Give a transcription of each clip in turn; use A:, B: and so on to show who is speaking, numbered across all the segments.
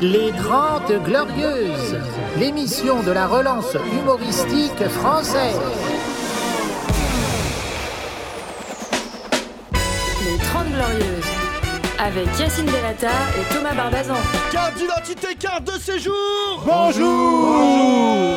A: Les Grandes Glorieuses, l'émission de la relance humoristique française.
B: Les 30 Glorieuses, avec Yacine Delata et Thomas Barbazan.
C: Carte d'identité, carte de séjour
D: Bonjour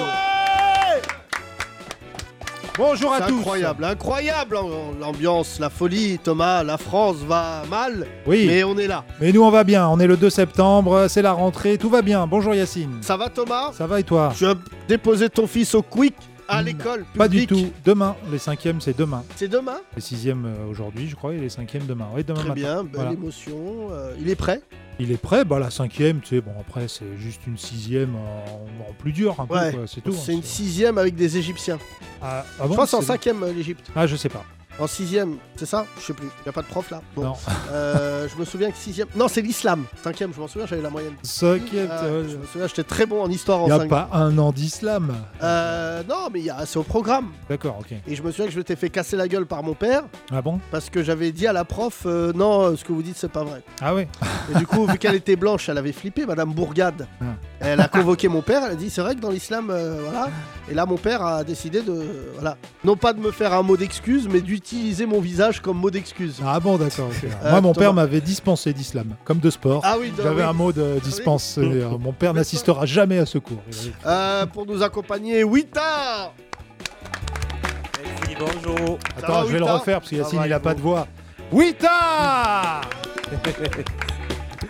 D: Bonjour
C: C'est
D: à tous
C: incroyable, incroyable hein, l'ambiance, la folie. Thomas, la France va mal,
D: Oui, mais...
C: mais on est là.
D: nous on va bien, on est le 2 septembre, c'est la rentrée, tout va bien. Bonjour Yacine.
C: Ça va Thomas
D: Ça va et toi
C: Tu as déposé ton fils au Quick à
D: Mm,
C: l'école
D: Pas du
C: publique.
D: tout. Demain, les cinquièmes c'est demain.
C: C'est demain
D: Les sixièmes euh, aujourd'hui je crois et les cinquièmes demain. Oui, demain
C: Très
D: matin.
C: bien, belle
D: Voilà.
C: émotion. euh, il est prêt
D: Il est prêt, bah la cinquième, tu sais, bon après c'est juste une sixième en, en plus dur un peu,
C: Ouais.
D: quoi, c'est tout.
C: C'est
D: hein,
C: une sixième avec des Égyptiens.
D: Ah, ah bon,
C: je pense en
D: c'est-
C: cinquième euh, l'Égypte.
D: Ah je sais pas.
C: En sixième, c'est ça Je sais plus. Il a pas de prof là. Bon.
D: Non.
C: Euh, je me souviens que sixième... Non, c'est l'islam. Cinquième, je m'en souviens, j'avais la moyenne.
D: Cinquième,
C: Euh, je me souviens, j'étais très bon en histoire en
D: il y a
C: cinq.
D: pas un an d'islam.
C: Euh, non, mais il y a- c'est au programme.
D: D'accord, ok.
C: Et je me souviens que je t'ai fait casser la gueule par mon père
D: Ah bon
C: parce que j'avais dit à la prof euh, non, euh, ce que vous dites c'est pas vrai.
D: Ah ouais.
C: Et du coup, vu qu'elle était blanche, elle avait flippé, Madame Bourgade.
D: Ah.
C: Elle a convoqué mon père. Elle a dit c'est vrai que dans l'islam, euh, voilà. Et là, mon père a décidé de voilà, non pas de me faire un mot d'excuse, mais d'utiliser mon visage comme mot d'excuse.
D: Ah bon, d'accord. ok.
C: Euh,
D: Moi, mon
C: Thomas.
D: père m'avait dispensé d'islam, comme de sport.
C: Ah oui, de-
D: J'avais
C: oui.
D: un mot de dispense.
C: oui.
D: euh, mon père n'assistera jamais à ce cours.
C: Euh, pour nous accompagner, Wita.
E: bonjour.
D: Attends, je vais le refaire parce que
C: Ça
D: Yacine,
C: va,
D: il a
C: Hugo
D: pas de voix. Wita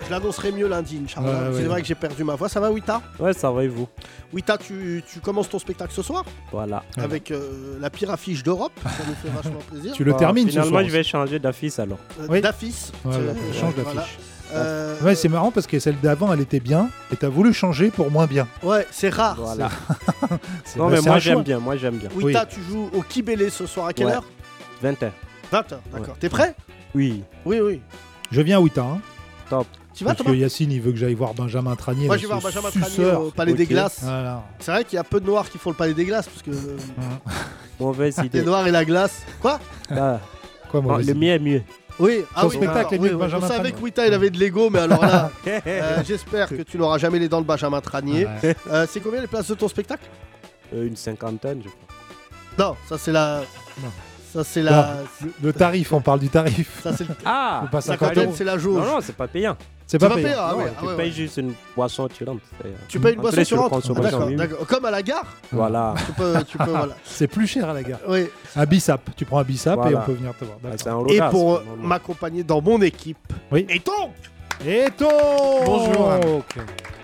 C: Je l'annoncerai mieux lundi, Inch'Allah.
D: Ouais, ouais,
C: C'est vrai
D: ouais.
C: que j'ai perdu ma voix. Ça va, Wita
E: Ouais, ça va et vous
C: Wita, tu, tu commences ton spectacle ce soir
E: Voilà.
D: Ouais.
C: avec euh, la pire affiche d'Europe. Ça nous fait vachement plaisir.
D: Tu le
E: Bah,
D: termines ce
E: Finalement,
D: soir.
E: je vais changer d'affiche alors.
C: Euh,
D: Oui.
C: D'affiche.
D: Ouais,
C: Tu-
D: ouais,
C: euh,
D: change d'affiche.
C: voilà. Euh,
D: Ouais, c'est marrant parce que celle d'avant, elle était bien et t'as voulu changer pour moins bien.
C: ouais, c'est rare.
E: Voilà.
D: C'est-
E: Non,
D: bah,
E: mais
D: c'est un
E: moi
D: choix.
E: j'aime bien, moi j'aime bien.
D: Oui.
C: Wita, tu joues au Kibélé ce soir à quelle
E: Ouais.
C: heure
E: 21.
C: 20h, d'accord. T'es prêt
E: Oui.
C: Oui, oui.
D: Je viens à Wita. hein,
C: Tu vas,
D: parce que
C: Thomas
D: Yacine, il veut que j'aille voir Benjamin Tranier.
C: Moi,
D: là,
C: je vais voir
D: ce
C: Benjamin Tranier Ah,
D: suceur.
C: au Palais des
E: Ok.
C: Glaces.
D: Voilà.
C: C'est vrai qu'il y a peu de noirs qui font le Palais des Glaces, parce que euh,
E: Mauvaise
C: les
E: idée.
C: noirs et la glace. Quoi
E: Ah,
D: Quoi,
E: ah,
D: moi
E: le mien est mieux.
C: Oui, ah
D: Son
C: oui,
D: spectacle
C: d'accord,
D: est mieux
C: oui,
D: que
C: oui.
D: Benjamin
C: On savait
D: Tranier.
C: que Wita, il avait de l'ego, mais alors là, euh, j'espère que tu n'auras jamais les dents de Benjamin Tranier. Euh, c'est combien les places de ton spectacle
E: Euh, une cinquantaine, je crois.
C: Non, ça c'est la.
D: Non.
C: Ça c'est la.
D: Le tarif, on parle du tarif.
C: Ça c'est le-
E: Ah
D: Faut pas 50
C: cinquantaine,
D: euros.
C: c'est la jauge.
E: Non, non, c'est pas payant.
D: C'est
C: Tu
D: pas
C: vas
D: payant.
C: payer, ah
E: non,
C: ouais, ah
E: tu
C: ouais,
E: payes
C: ouais. Ah.
E: juste une boisson tirante. c'est, euh,
C: Tu payes une
E: en
C: boisson
E: plus, sur le
C: tirante Ah,
E: consommation,
C: D'accord,
E: oui, oui.
C: d'accord. Comme à la gare,
E: Voilà.
C: tu peux, tu peux voilà.
D: C'est plus cher à la gare.
C: Oui.
D: Un bisap. Tu prends un bisap et
E: Voilà.
D: on peut venir te voir.
E: Ah,
D: D'accord.
E: c'est un
C: Et
E: local,
C: pour
E: c'est
C: euh,
E: normal.
C: m'accompagner dans mon équipe.
D: Oui.
C: Et donc,
D: Et donc
F: Bonjour.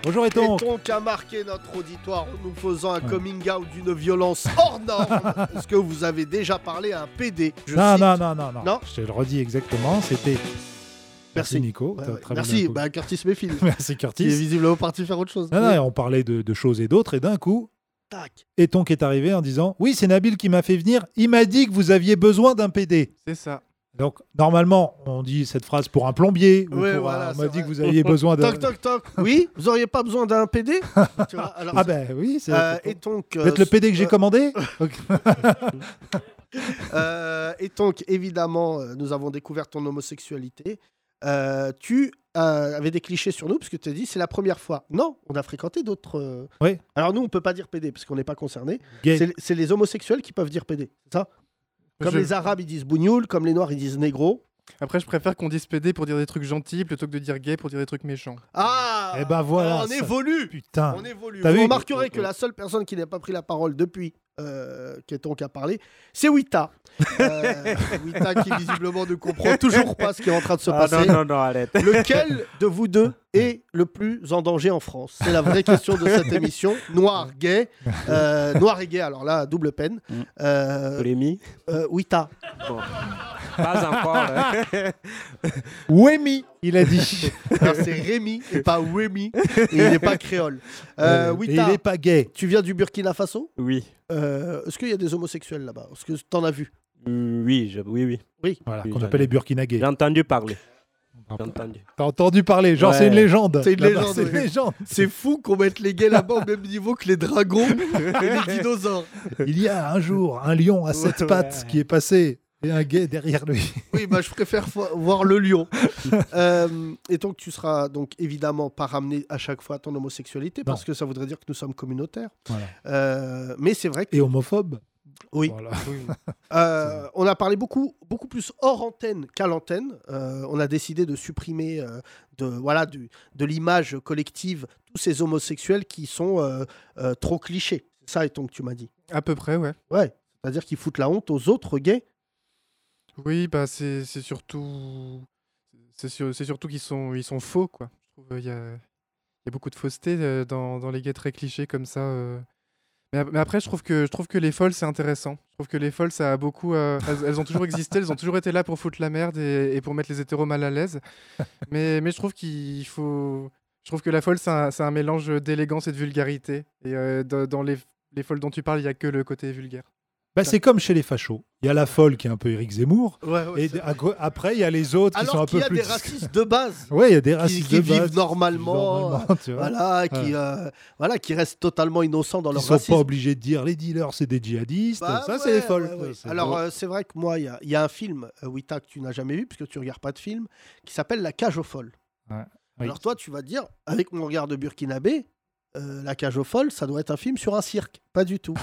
D: Bonjour et
C: et
D: donc
C: donc a marqué notre auditoire en nous faisant un coming out d'une violence hors norme. Est-ce que vous avez déjà parlé à un PD Je
D: non,
C: cite-
D: non, non, non, non,
C: Non
D: Je te le redis exactement, c'était...
C: Merci.
D: Nico.
C: Ouais,
D: T'as
C: ouais.
D: très bien
C: Merci,
D: coup.
C: bah, Curtis Mayfield.
D: Merci
C: Qui est
D: Curtis.
C: visiblement parti faire autre chose.
D: Non, non,
C: Oui.
D: et on parlait de, de choses et d'autres, et d'un coup,
C: Tac.
D: Etonk est arrivé en disant « Oui, c'est Nabil qui m'a fait venir, il m'a dit que vous aviez besoin d'un PD.
F: C'est ça. ».
D: Donc, normalement, on dit cette phrase pour un plombier, ou
C: Ouais,
D: pour
C: voilà,
D: un- on
C: c'est
D: m'a dit
C: vrai.
D: que vous aviez besoin d'un...
C: Toc, toc, toc. Oui, vous auriez pas besoin d'un PD Tu vois, alors,
D: Ah ben oui, c'est...
C: euh,
D: c'est-
C: et donc,
D: Vous êtes le PD que j'ai
C: euh,
D: commandé
C: Euh, et donc, évidemment, euh, nous avons découvert ton homosexualité. Euh, tu euh, avais des clichés sur nous parce que tu as dit c'est la première fois. Non, on a fréquenté d'autres. euh,
D: Oui.
C: Alors nous, on peut pas dire PD parce qu'on n'est pas concerné.
D: Gay.
C: C'est c'est les homosexuels qui peuvent dire PD. c'est Ça comme
F: Je-
C: les Arabes, ils disent bougnoul, comme les Noirs, ils disent négro.
F: Après, je préfère qu'on dise PD pour dire des trucs gentils plutôt que de dire gay pour dire des trucs méchants.
C: Ah
D: Eh ben voilà,
C: On
D: ça-
C: évolue
D: Putain
C: On évolue.
D: Ah. T'as
C: Vous
D: vu
C: remarquerez que la seule personne qui n'a pas pris la parole depuis euh, qu'Etonk a parlé, c'est Wita. Euh, Wita qui visiblement ne comprend toujours pas ce qui est en train de se
E: Ah,
C: passer.
E: non, non, non, arrête.
C: Lequel de vous deux est le plus en danger en France C'est la vraie question de cette émission. Noir, gay, euh, noir et gay, alors là, double peine.
E: Mm.
C: Euh,
E: Rémi
C: euh, Wita.
E: Pas encore. hein.
D: Wemi, il a dit
C: Alors, C'est Rémi et pas Wemi. Et il n'est pas créole.
D: Et
C: Euh, Wita,
D: il est pas gay
C: tu viens du Burkina Faso
E: Oui.
C: Euh, Est-ce qu'il y a des homosexuels là-bas Est-ce que t'en as vu
E: Euh, Oui, je- oui, oui.
D: Voilà,
E: Oui,
D: qu'on
E: j'en
D: appelle
E: ai.
D: les Burkinagés.
E: J'ai entendu parler. J'ai entendu.
D: T'as entendu parler, genre
E: Ouais.
D: c'est une légende.
C: C'est une
D: Là-bas,
C: légende,
D: C'est une
C: oui.
D: légende.
C: C'est fou qu'on mette les gays là-bas au même niveau que les dragons et les dinosaures.
D: Il y a un jour un lion à sept
E: Ouais.
D: pattes qui est passé et un gay derrière lui.
C: Oui, bah, je préfère fo- voir le lion. Euh, et donc, tu seras donc évidemment pas ramené à chaque fois à ton homosexualité, parce que ça voudrait dire que nous sommes communautaires.
D: Voilà.
C: Euh, mais c'est vrai que.
D: Et homophobe.
C: Oui.
D: Voilà.
C: Euh, on a parlé beaucoup, beaucoup plus hors antenne qu'à l'antenne. Euh, on a décidé de supprimer euh, de, voilà, du- de l'image collective tous ces homosexuels qui sont euh, euh, trop clichés. C'est Ça, et donc, tu m'as dit.
F: À peu près, ouais.
C: Ouais. C'est-à-dire qu'ils foutent la honte aux autres gays.
F: Oui, bah c'est c'est surtout. C'est sur- c'est surtout qu'ils sont, ils sont faux, quoi. Je trouve euh, il y a, il y a beaucoup de fausseté euh, dans, dans les gays très clichés comme ça. euh. Mais, ap- mais après, je trouve que, je trouve que les folles, c'est intéressant. Je trouve que les folles, ça a beaucoup. euh, elles, elles ont toujours existé, elles ont toujours été là pour foutre la merde et, et pour mettre les hétéros mal à l'aise. Mais, mais je trouve qu'il faut. Je trouve que la folle, c'est un, c'est un mélange d'élégance et de vulgarité. Et euh, dans, dans les, les folles dont tu parles, il n'y a que le côté vulgaire.
D: Bah, c'est comme chez les fachos. Il y a la folle qui est un peu Éric Zemmour.
C: Ouais,
D: et d- à co- après, il y a les autres qui
C: Alors
D: sont un
C: qu'il
D: peu
C: y a
D: plus.
C: des racistes de base
D: Ouais, il y a des
C: qui,
D: racistes
C: qui
D: de
C: vivent
D: base, qui
C: normalement. euh,
D: normalement, tu vois.
C: Voilà, qui, euh, voilà, qui restent totalement innocents dans
D: Ils
C: leur
D: sont
C: racisme.
D: pas obligés de dire les dealers c'est des djihadistes.
C: Bah
D: ça,
C: ouais,
D: c'est les folles.
C: ouais, ouais.
D: C'est
C: Alors,
D: drôle.
C: euh, c'est vrai que moi, il y a- il y, a un film, euh, Wita, que tu n'as jamais vu, parce que tu regardes pas de film, qui s'appelle La cage aux folles.
D: Ouais. Oui.
C: Alors, toi, tu vas te dire, avec mon regard de burkinabé, euh, La cage aux folles, ça doit être un film sur un cirque. Pas du tout.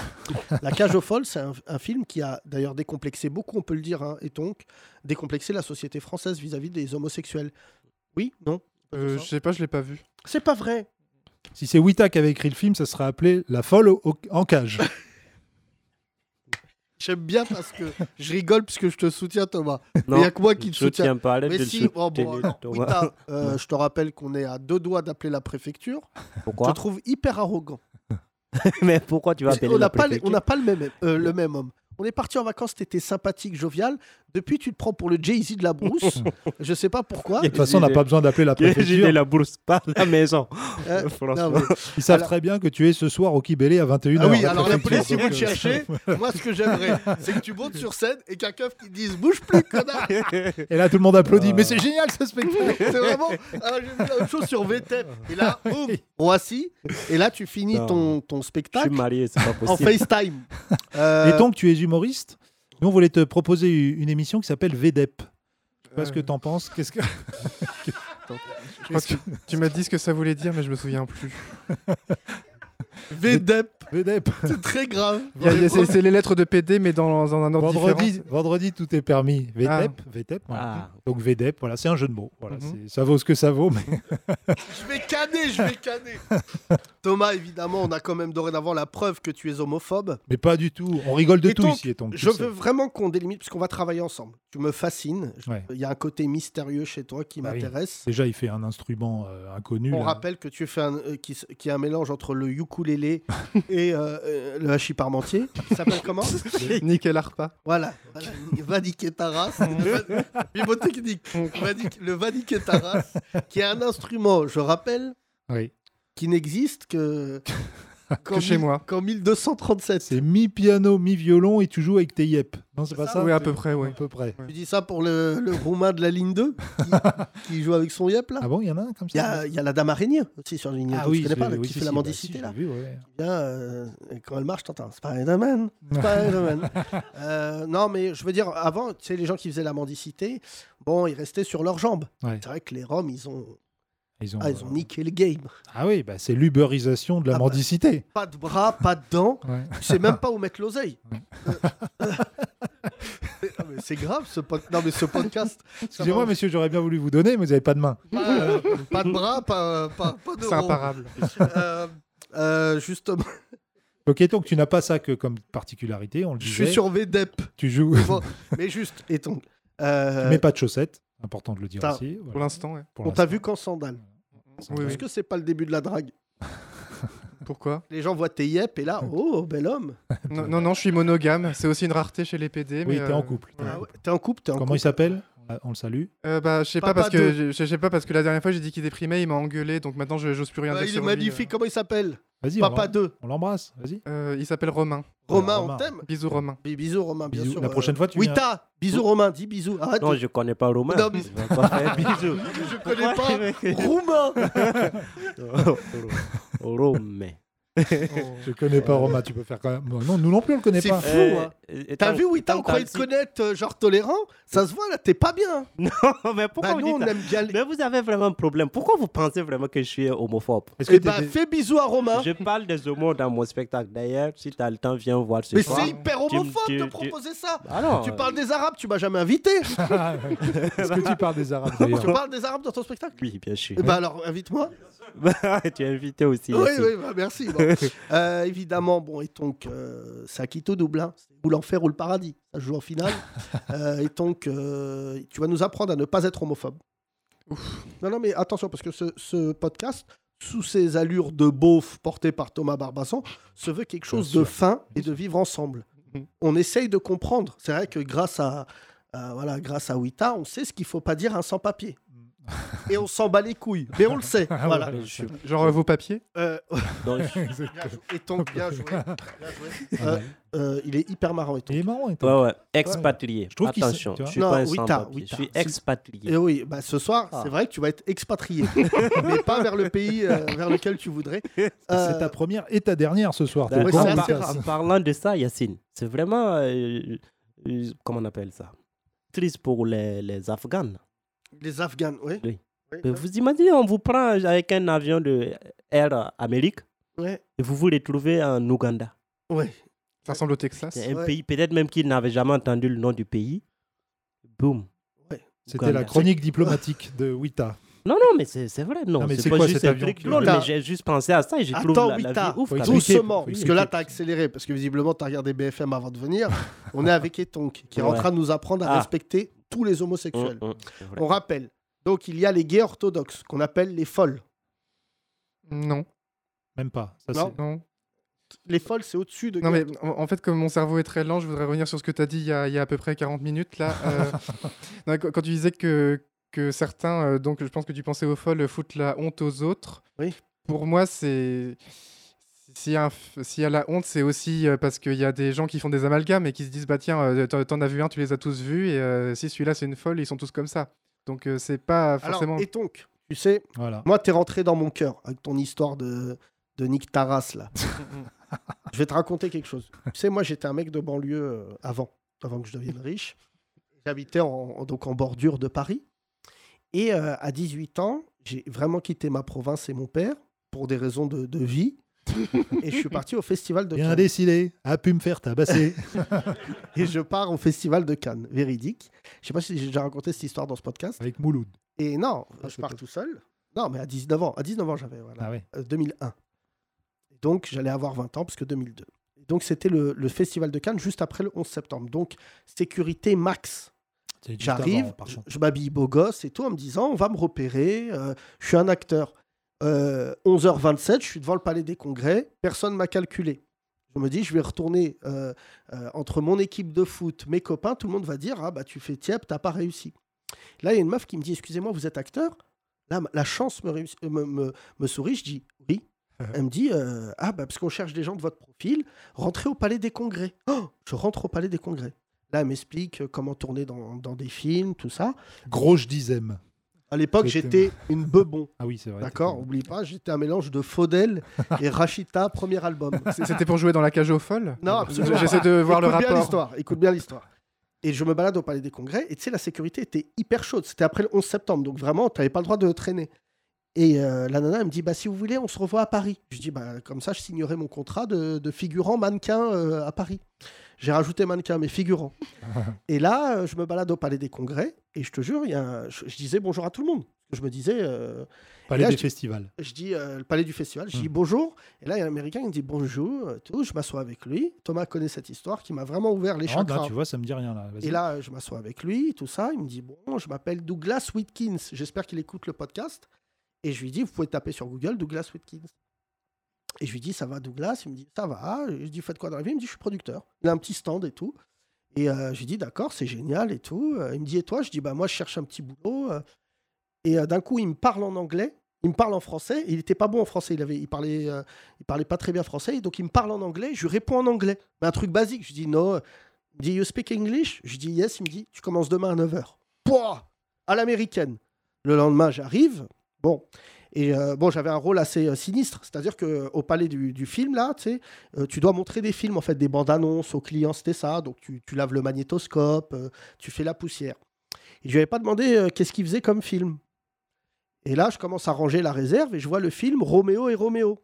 C: la cage aux folles, c'est un, un film qui a d'ailleurs décomplexé beaucoup, on peut le dire, hein, et donc décomplexé la société française vis-à-vis des homosexuels. Oui, non
F: Euh, je sais pas, je l'ai pas vu.
C: C'est pas vrai.
D: Si c'est Wita qui avait écrit le film, ça serait appelé La folle au- au- en cage.
C: J'aime bien parce que je rigole parce que je te soutiens, Thomas. Mais
E: Non,
C: il n'y a que moi qui
E: je
C: te soutiens.
E: tiens pas à l'aide
C: Mais
E: de le
C: si,
E: soutenir,
C: oh, bon, alors,
E: Thomas.
C: Wita, euh, je te rappelle qu'on est à deux doigts d'appeler la préfecture. je
E: Pourquoi
C: te trouve hyper arrogant.
E: Mais pourquoi tu vas appeler
C: On
E: la
C: n'a pas, les-
E: préfecture
C: on n'a pas le, même, euh, le même homme. On est parti en vacances, t'étais sympathique, jovial. Depuis, tu te prends pour le Jay-Z de la brousse. je sais pas pourquoi.
D: De toute façon, on n'a pas besoin d'appeler la
E: J'ai
D: préfecture.
E: la bourse, pas la maison.
C: Euh,
E: Franchement.
C: non, mais-
D: Ils savent
C: Alors-
D: très bien que tu es ce soir au Kibélé à 21h.
C: Ah oui, alors la police, si
D: donc,
C: vous le
D: euh,
C: cherchez, moi, ce que j'aimerais, c'est que tu montes sur scène et qu'un keuf qui dise bouge plus, connard.
D: euh, Et là, tout le monde applaudit.
C: Euh.
D: Mais c'est génial ce spectacle.
C: C'est vraiment. Alors, j'ai vu la même chose sur VTEP. Et là, boum, on assis. Et là, tu finis
E: Non.
C: ton, ton
E: Je suis
C: spectacle
E: marié, c'est pas
C: en
E: possible.
C: FaceTime. Euh,
D: Et donc, tu es humoriste. Nous, on voulait te proposer u- une émission qui s'appelle VDEP. Je sais pas ce que
F: Euh.
D: t'en penses. Qu'est-ce que...
F: Je crois que tu m'as dit ce que ça voulait dire, mais je me souviens plus.
C: VDEP,
D: VDEP.
C: c'est très grave.
F: Il y a- il y a- C'est c'est les lettres de PD, mais dans, dans un ordre
D: Vendredi,
F: différent.
D: vendredi, tout est permis. E VDEP. VDEP voilà.
E: Ah.
D: Donc, VDEP, voilà, c'est un jeu de mots. Voilà,
F: Mhm.
D: c'est- Ça vaut ce que ça vaut. mais-
C: Je vais canner, je vais canner. Thomas, évidemment, on a quand même dorénavant la preuve que tu es homophobe.
D: Mais pas du tout. On rigole de
C: Et
D: tout
C: donc,
D: ici. Et donc, tu
C: Je
D: sais.
C: veux vraiment qu'on délimite, parce qu'on va travailler ensemble. Tu me fascines. Je-
D: Ouais.
C: Il y a un côté mystérieux chez toi qui
D: Bah oui.
C: m'intéresse.
D: Déjà, il fait un instrument euh, inconnu.
C: On
D: là.
C: rappelle que tu fais un, euh, qui, s- qui est un mélange entre le ukulélé et euh, euh, le hachis parmentier. Ça s'appelle comment
F: Nickel Arpa.
C: Voilà. voilà. Va niquer ta race. Le va- Mnémotechnique. Va niquer- Le va niquer ta race, qui est un instrument, je rappelle,
D: Oui.
C: qui n'existe que, qu'en
F: Que chez
C: mille-
F: moi.
C: Qu'en 1237.
D: C'est mi-piano, mi-violon et tu joues avec tes yep. Non, c'est pas ça
F: Oui, à peu près,
D: À
F: oui.
D: peu près.
C: Tu dis ça pour le, le roumain de la ligne 2 qui, qui joue avec son yep là
D: Ah bon, il y en a un comme
C: Il y
D: ça
C: a, il y a la dame araignée aussi sur la ligne 2. tu connais
D: je-
C: pas, là,
D: oui,
C: qui
D: si,
C: fait la
D: si, bah,
C: mendicité
D: si,
C: là
D: j'ai vu, ouais.
C: Qui vient, euh, et quand elle marche, t'entends Spider-Man. Spider-Man. Euh, non, mais je veux dire, avant, tu sais, les gens qui faisaient la mendicité, bon, ils restaient sur leurs jambes.
D: Ouais.
C: C'est vrai que les Roms, ils ont,
D: Ils ont,
C: ah, ils ont niqué le game.
D: Ah oui, bah, c'est l'ubérisation de la
C: Ah bah.
D: mendicité.
C: Pas de bras, pas de dents.
D: Ouais.
C: Tu sais même pas où mettre l'oseille. Euh, euh, ah, mais C'est grave ce, pod- non, mais ce podcast.
D: Excusez-moi, monsieur, j'aurais bien voulu vous donner, mais vous n'avez pas de main.
C: Pas, euh, pas de bras, pas, pas, pas de
F: C'est
C: rond.
F: imparable.
C: Euh, euh, justement,
D: Ok, donc tu n'as pas ça que comme particularité, on le
C: je
D: disait.
C: suis sur VDEP.
D: Tu joues,
C: Bon, mais juste, et donc, euh,
D: mais pas de chaussettes. Important de le dire
C: Putain.
D: aussi.
F: Pour
D: Voilà,
F: l'instant, ouais.
D: pour
C: on t'a vu qu'en sandales.
D: l'instant.
F: Oui,
C: Est-ce
F: oui.
C: que c'est pas le début de la drague
F: Pourquoi
C: Les gens voient tes yep et là,
D: Mm.
C: oh, bel homme.
F: non, non, non, je suis monogame. C'est aussi une rareté chez les PD.
D: Oui,
F: mais,
D: t'es en
F: euh,
D: couple. t'es en
C: Ah ouais,
D: couple.
C: T'es en couple, t'es en
D: Comment
C: couple.
D: il s'appelle Ah, On le salue.
F: euh, bah, je sais pas
C: Papa
F: parce que je, je sais pas parce que la dernière fois j'ai dit qu'il déprimait, il m'a engueulé, donc maintenant je j'ose plus rien
C: Bah,
F: dire
C: il est
F: sur lui, euh.
C: magnifique, comment il s'appelle
D: Vas-y, on
C: Papa
D: l'em-
C: 2.
D: on l'embrasse. Vas-y.
F: Euh, il s'appelle Romain.
C: Romain,
D: Romain.
C: on t'aime
F: Bisous Romain.
C: Bi- Bisous, Romain, bien
D: Bisous.
C: sûr.
D: La
C: euh,
D: prochaine fois, tu viens.
C: Wita, bisous, Romain, dis bisous. Arrête,
E: Non, je connais pas Romain.
C: Non, mais- Oh,
E: Je vais pas faire bisous.
C: je connais pas. Roumain
E: Romain.
D: Je connais pas Roma, tu peux faire quand même. Non, nous non plus, on le connaît
C: C'est
D: pas.
C: fou, hein.
E: et
C: T'as
E: tant-
C: vu, Wita,
E: tant
C: on croyait
E: t'as
C: te connaître, euh, genre tolérant. Ça se voit, là, t'es pas bien.
E: Non, mais pourquoi
C: Bah,
E: vous
C: nous, on
E: dites ça
C: aime bien les-
E: Mais vous avez vraiment un problème. Pourquoi vous pensez vraiment que je suis homophobe
D: Est-ce que
C: Eh
D: t'es
C: bah,
D: dé-
C: fais bisous à Romain.
E: Je parle des homos dans mon spectacle. D'ailleurs, si t'as le temps, viens voir ce
C: Mais
E: soir.
C: c'est hyper
E: tu me-
C: homophobe
E: tu-
C: de
E: tu-
C: proposer ça.
E: Alors,
D: Oh.
C: Tu parles des Arabes, tu m'as jamais invité.
D: Est-ce Ah, que tu parles des Arabes
C: Tu
D: d'ailleurs
C: parles des Arabes dans ton spectacle
E: euh, Oui, bien sûr.
C: Eh bah alors, invite-moi.
E: tu es invité aussi.
C: Oui,
E: Yassine.
C: oui, bah, merci. bon. Euh, évidemment, bon, et donc, euh, c'est à Quito double, hein. C'est ou l'enfer ou le paradis. Ça se joue en finale. Euh, et donc, euh, tu vas nous apprendre à ne pas être homophobe. Non, non, mais attention, parce que ce, ce podcast, sous ses allures de beauf portées par Thomas Barbasson, se veut quelque chose
D: Bien
C: de
D: sûr. Mhm.
C: fin et de vivre ensemble. On essaye de comprendre. C'est vrai que grâce à, à- voilà, grâce à Wita, on sait ce qu'il faut pas dire à un sans-papier.
D: Mm.
C: Et on s'en bat les couilles, mais on le
D: Ah,
C: sait. Voilà.
F: Genre euh, vos papiers
C: Euh,
E: Non, je-
C: Bien joué. Et ton bien joué. Bien joué. Euh, euh, il est hyper marrant et tout.
D: Il est marrant, il
E: Ouais, ouais. Expatrié.
D: Je trouve qu'il
E: Attention,
D: se- tu
E: je
D: vois.
E: suis
C: Non,
E: pas un
C: oui, t'as-
E: sans-papier,
C: oui,
E: Je suis
C: t'as-
E: expatrié.
C: Et oui, bah ce soir,
E: Ah.
C: c'est vrai que tu vas être expatrié, mais pas vers le pays euh, vers lequel tu voudrais. Euh,
D: C'est ta première et ta dernière ce soir. t'es au
E: D'accord.
C: Ouais,
D: courant
C: c'est
D: de
C: assez
D: ça
C: rare.
E: En parlant de ça, Yacine, c'est vraiment. euh, euh, comment on appelle ça Triste pour les, les Afghans.
C: Les Afghans, oui.
E: Oui. Bah,
C: Oui,
E: Mais vous imaginez, on vous prend avec un avion de Air Amérique
C: Ouais.
E: et vous vous retrouvez en Ouganda.
C: Ouais.
F: Ça ressemble au Texas.
E: C'est un
C: Ouais.
E: pays, peut-être même qu'ils n'avaient jamais entendu le nom du pays. Boum.
D: C'était la
E: Ouganda.
D: chronique diplomatique de Wita.
E: Non, non, mais c'est c'est vrai. Non,
D: Non, mais
E: c'est
D: c'est
E: pas
D: quoi
E: juste
D: cet
E: un
D: avion
E: truc
D: qui
E: drôle,
C: va-
E: mais j'ai juste pensé à ça et j'ai
C: Attends,
E: trouvé la, la
C: Wita,
E: vie ouf.
D: faut
E: quand
D: expliquer.
E: même.
C: Doucement,
D: faut
C: parce que
D: expliquer.
C: là, tu as accéléré, parce que visiblement, tu as regardé BFM avant de venir. On est avec Etonk, qui est en
E: Ouais.
C: train de nous apprendre à
E: Ah.
C: respecter tous les homosexuels.
E: Mm, mm, c'est vrai.
C: On rappelle, donc il y a les gays orthodoxes, qu'on appelle les folles.
F: Non,
D: Même pas. Ça,
C: Non.
D: c'est-
F: non.
C: Les folles, c'est au-dessus de
F: Non,
C: gays
F: mais en en fait, comme mon cerveau est très lent, je voudrais revenir sur ce que tu as dit il y, a, il y a à peu près 40 minutes. Là, Euh, non, quand quand tu disais que, que certains, euh, donc je pense que tu pensais aux folles, euh, foutent la honte aux autres.
C: Oui.
F: Pour moi, c'est. S'il y, a un f- s'il y a la honte, c'est aussi euh, parce qu'il y a des gens qui font des amalgames et qui se disent Bah tiens, euh, t'en t'en as vu un, tu les as tous vus, et euh, si celui-là c'est une folle, ils sont tous comme ça. Donc euh, c'est pas
C: Alors,
F: forcément.
C: Etonk, tu sais,
D: Voilà.
C: Moi, t'es rentré dans mon cœur avec ton histoire de, de Nick Taras, là. je vais te raconter quelque chose. Tu sais, moi, j'étais un mec de banlieue euh, avant, avant que je devienne riche. J'habitais en, en- donc en bordure de Paris. Et euh, à 18 ans, j'ai vraiment quitté ma province et mon père pour des raisons de, de vie. et je suis parti au festival de
D: Bien
C: Cannes.
D: décidé, a pu me faire tabasser.
C: Et je pars au festival de Cannes, véridique. Je sais pas si j'ai déjà raconté cette histoire dans ce podcast.
D: Avec Mouloud.
C: Et non,
D: Ah,
C: je
D: c'est
C: pars
D: pas-
C: tout seul. Non, mais à 19 ans. À 19 ans, j'avais. Voilà.
D: Ah ouais.
C: euh, 2001. Donc, j'allais avoir 20 ans, parce que 2002. Et Donc, c'était le, le Festival de Cannes juste après le 11 septembre. Donc, sécurité max.
D: C'est juste
C: J'arrive,
D: avant, par
C: je,
D: contre.
C: je m'habille beau gosse et tout, en me disant, on va me repérer, euh, je suis un acteur. Euh, 11h27, je suis devant le Palais des Congrès, personne m'a calculé. Je me dis, je vais retourner euh, euh, entre mon équipe de foot, mes copains, tout le monde va dire, ah bah tu fais tiep, t'as pas réussi. Là, il y a une meuf qui me dit, excusez-moi, vous êtes acteur Là, ma- la chance me, réussi- euh, me, me- me sourit, je dis, oui. Elle me dit, euh, ah bah parce qu'on cherche des gens de votre profil, rentrez au Palais des Congrès. Oh, je rentre au Palais des Congrès. Là, elle m'explique euh, comment tourner dans, dans des films, tout ça.
D: Gros je disème.
C: À l'époque,
D: C'était-
C: j'étais une bebon,
D: Ah oui, c'est vrai.
C: d'accord Oublie pas, j'étais un mélange de Faudel et Rachita, premier album.
F: C'est- C'était pour jouer dans la cage aux folles
C: Non, absolument pas.
F: J'essaie de voir le
C: Écoute bien
F: rapport.
C: l'histoire, écoute bien l'histoire. Et je me balade au Palais des Congrès, et tu sais, la sécurité était hyper chaude. C'était après le 11 septembre, donc vraiment, tu n'avais pas le droit de traîner. Et euh, la nana, elle me dit, bah, si vous voulez, on se revoit à Paris. Je dis, bah, comme ça, je signerai mon contrat de, de figurant mannequin euh, à Paris. J'ai rajouté mannequin, mais figurant. et là, euh, je me balade au Palais des Congrès, et je te jure, il y a un- je, je disais bonjour à tout le monde. Je me disais, euh,
D: Palais
C: Là,
D: des
C: je-
D: festivals.
C: je dis euh, le palais du festival, je dis
D: Mm.
C: bonjour. Et là, il y a un Américain qui me dit bonjour, euh, tout. Je m'assois avec lui. Thomas connaît cette histoire qui m'a vraiment ouvert les
D: Par contre,
C: chakras.
D: Là, Ah, bah, tu vois, ça me dit rien. Là. Vas-y.
C: et là, euh, je m'assois avec lui, tout ça. Il me dit bon, je m'appelle Douglas Whitkins. J'espère qu'il écoute le podcast. Et je lui dis, vous pouvez taper sur Google Douglas Whitkins. Et je lui dis, ça va Douglas Il me dit, ça va. Je lui dis, faites quoi dans la vie Il me dit, je suis producteur. Il a un petit stand et tout. Et euh, je lui dis, d'accord, c'est génial et tout. Euh, Il me dit, et toi Je dis, bah moi, je cherche un petit boulot. euh. Et euh, d'un coup, il me parle en anglais. Il me parle en français. Il n'était pas bon en français. Il, avait, il, parlait, euh, il parlait pas très bien français. Donc, il me parle en anglais. Je lui réponds en anglais. Mais un truc basique. Je lui dis, no. Il me dit, you speak English Je lui dis, yes. Il me dit, tu commences demain à 9h. Pouah À l'américaine. Le lendemain, j'arrive. Bon. Et euh, bon, j'avais un rôle assez euh, sinistre, c'est-à-dire que au palais du, du film, là, tu sais, euh, tu dois montrer des films, en fait, des bandes annonces aux clients, c'était ça. Donc tu, tu laves le magnétoscope, euh, tu fais la poussière. Et je lui avais pas demandé euh, qu'est-ce qu'il faisait comme film. Et là, je commence à ranger la réserve et je vois le film Roméo et Roméo.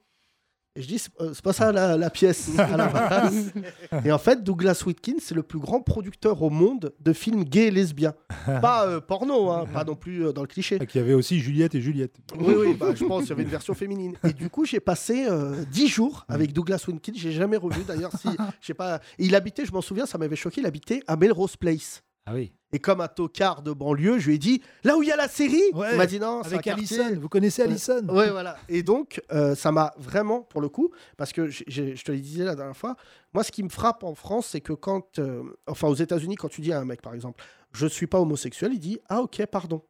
C: Et je dis, c'est euh, c'est pas ça la, la pièce à la base. Et en fait, Douglas Whitkin, c'est le plus grand producteur au monde de films gays et lesbiens. Pas euh, porno, hein, pas non plus euh, dans le cliché.
D: Il y avait aussi Juliette et Juliette.
C: Oui, oui, bah, je pense qu'il y avait une version féminine. Et du coup, j'ai passé euh, 10 jours avec Douglas Winkin. J'ai jamais revu d'ailleurs. Si, je sais pas. Et il habitait, je m'en souviens, ça m'avait choqué. Il habitait à Melrose Place.
G: Ah oui.
C: Et comme un tocard de banlieue, je lui ai dit là où il y a la série.
D: Ouais,
C: Il m'a dit non, c'est un
D: Avec
C: quartier.
D: Allison, vous connaissez Allison
C: Ouais, voilà. Et donc, euh, ça m'a vraiment, pour le coup, parce que j'ai- j'ai- je te le disais la dernière fois, moi, ce qui me frappe en France, c'est que quand, euh, enfin, aux États-Unis, quand tu dis à un mec, par exemple, je suis pas homosexuel, il dit ah ok, pardon.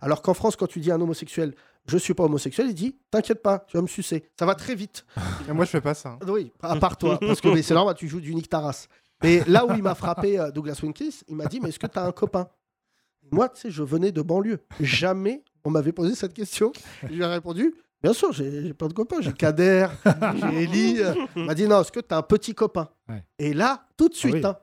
C: Alors qu'en France, quand tu dis à un homosexuel, je suis pas homosexuel, il dit t'inquiète pas, tu vas me sucer. Ça va très vite.
F: Et moi, je fais pas ça. hein.
C: Oui, à part toi, parce que mais c'est normal, tu joues du Nick Taras. Mais là où il m'a frappé, euh, Douglas Winkis, il m'a dit Mais est-ce que tu as un copain Moi, tu sais, je venais de banlieue. Jamais on m'avait posé cette question. Je lui ai répondu Bien sûr, j'ai j'ai plein de copains. J'ai Kader, j'ai Eli. euh. Il m'a dit Non, est-ce que tu as un petit copain
G: Ouais.
C: Et là, tout de suite,
D: oui.
C: hein,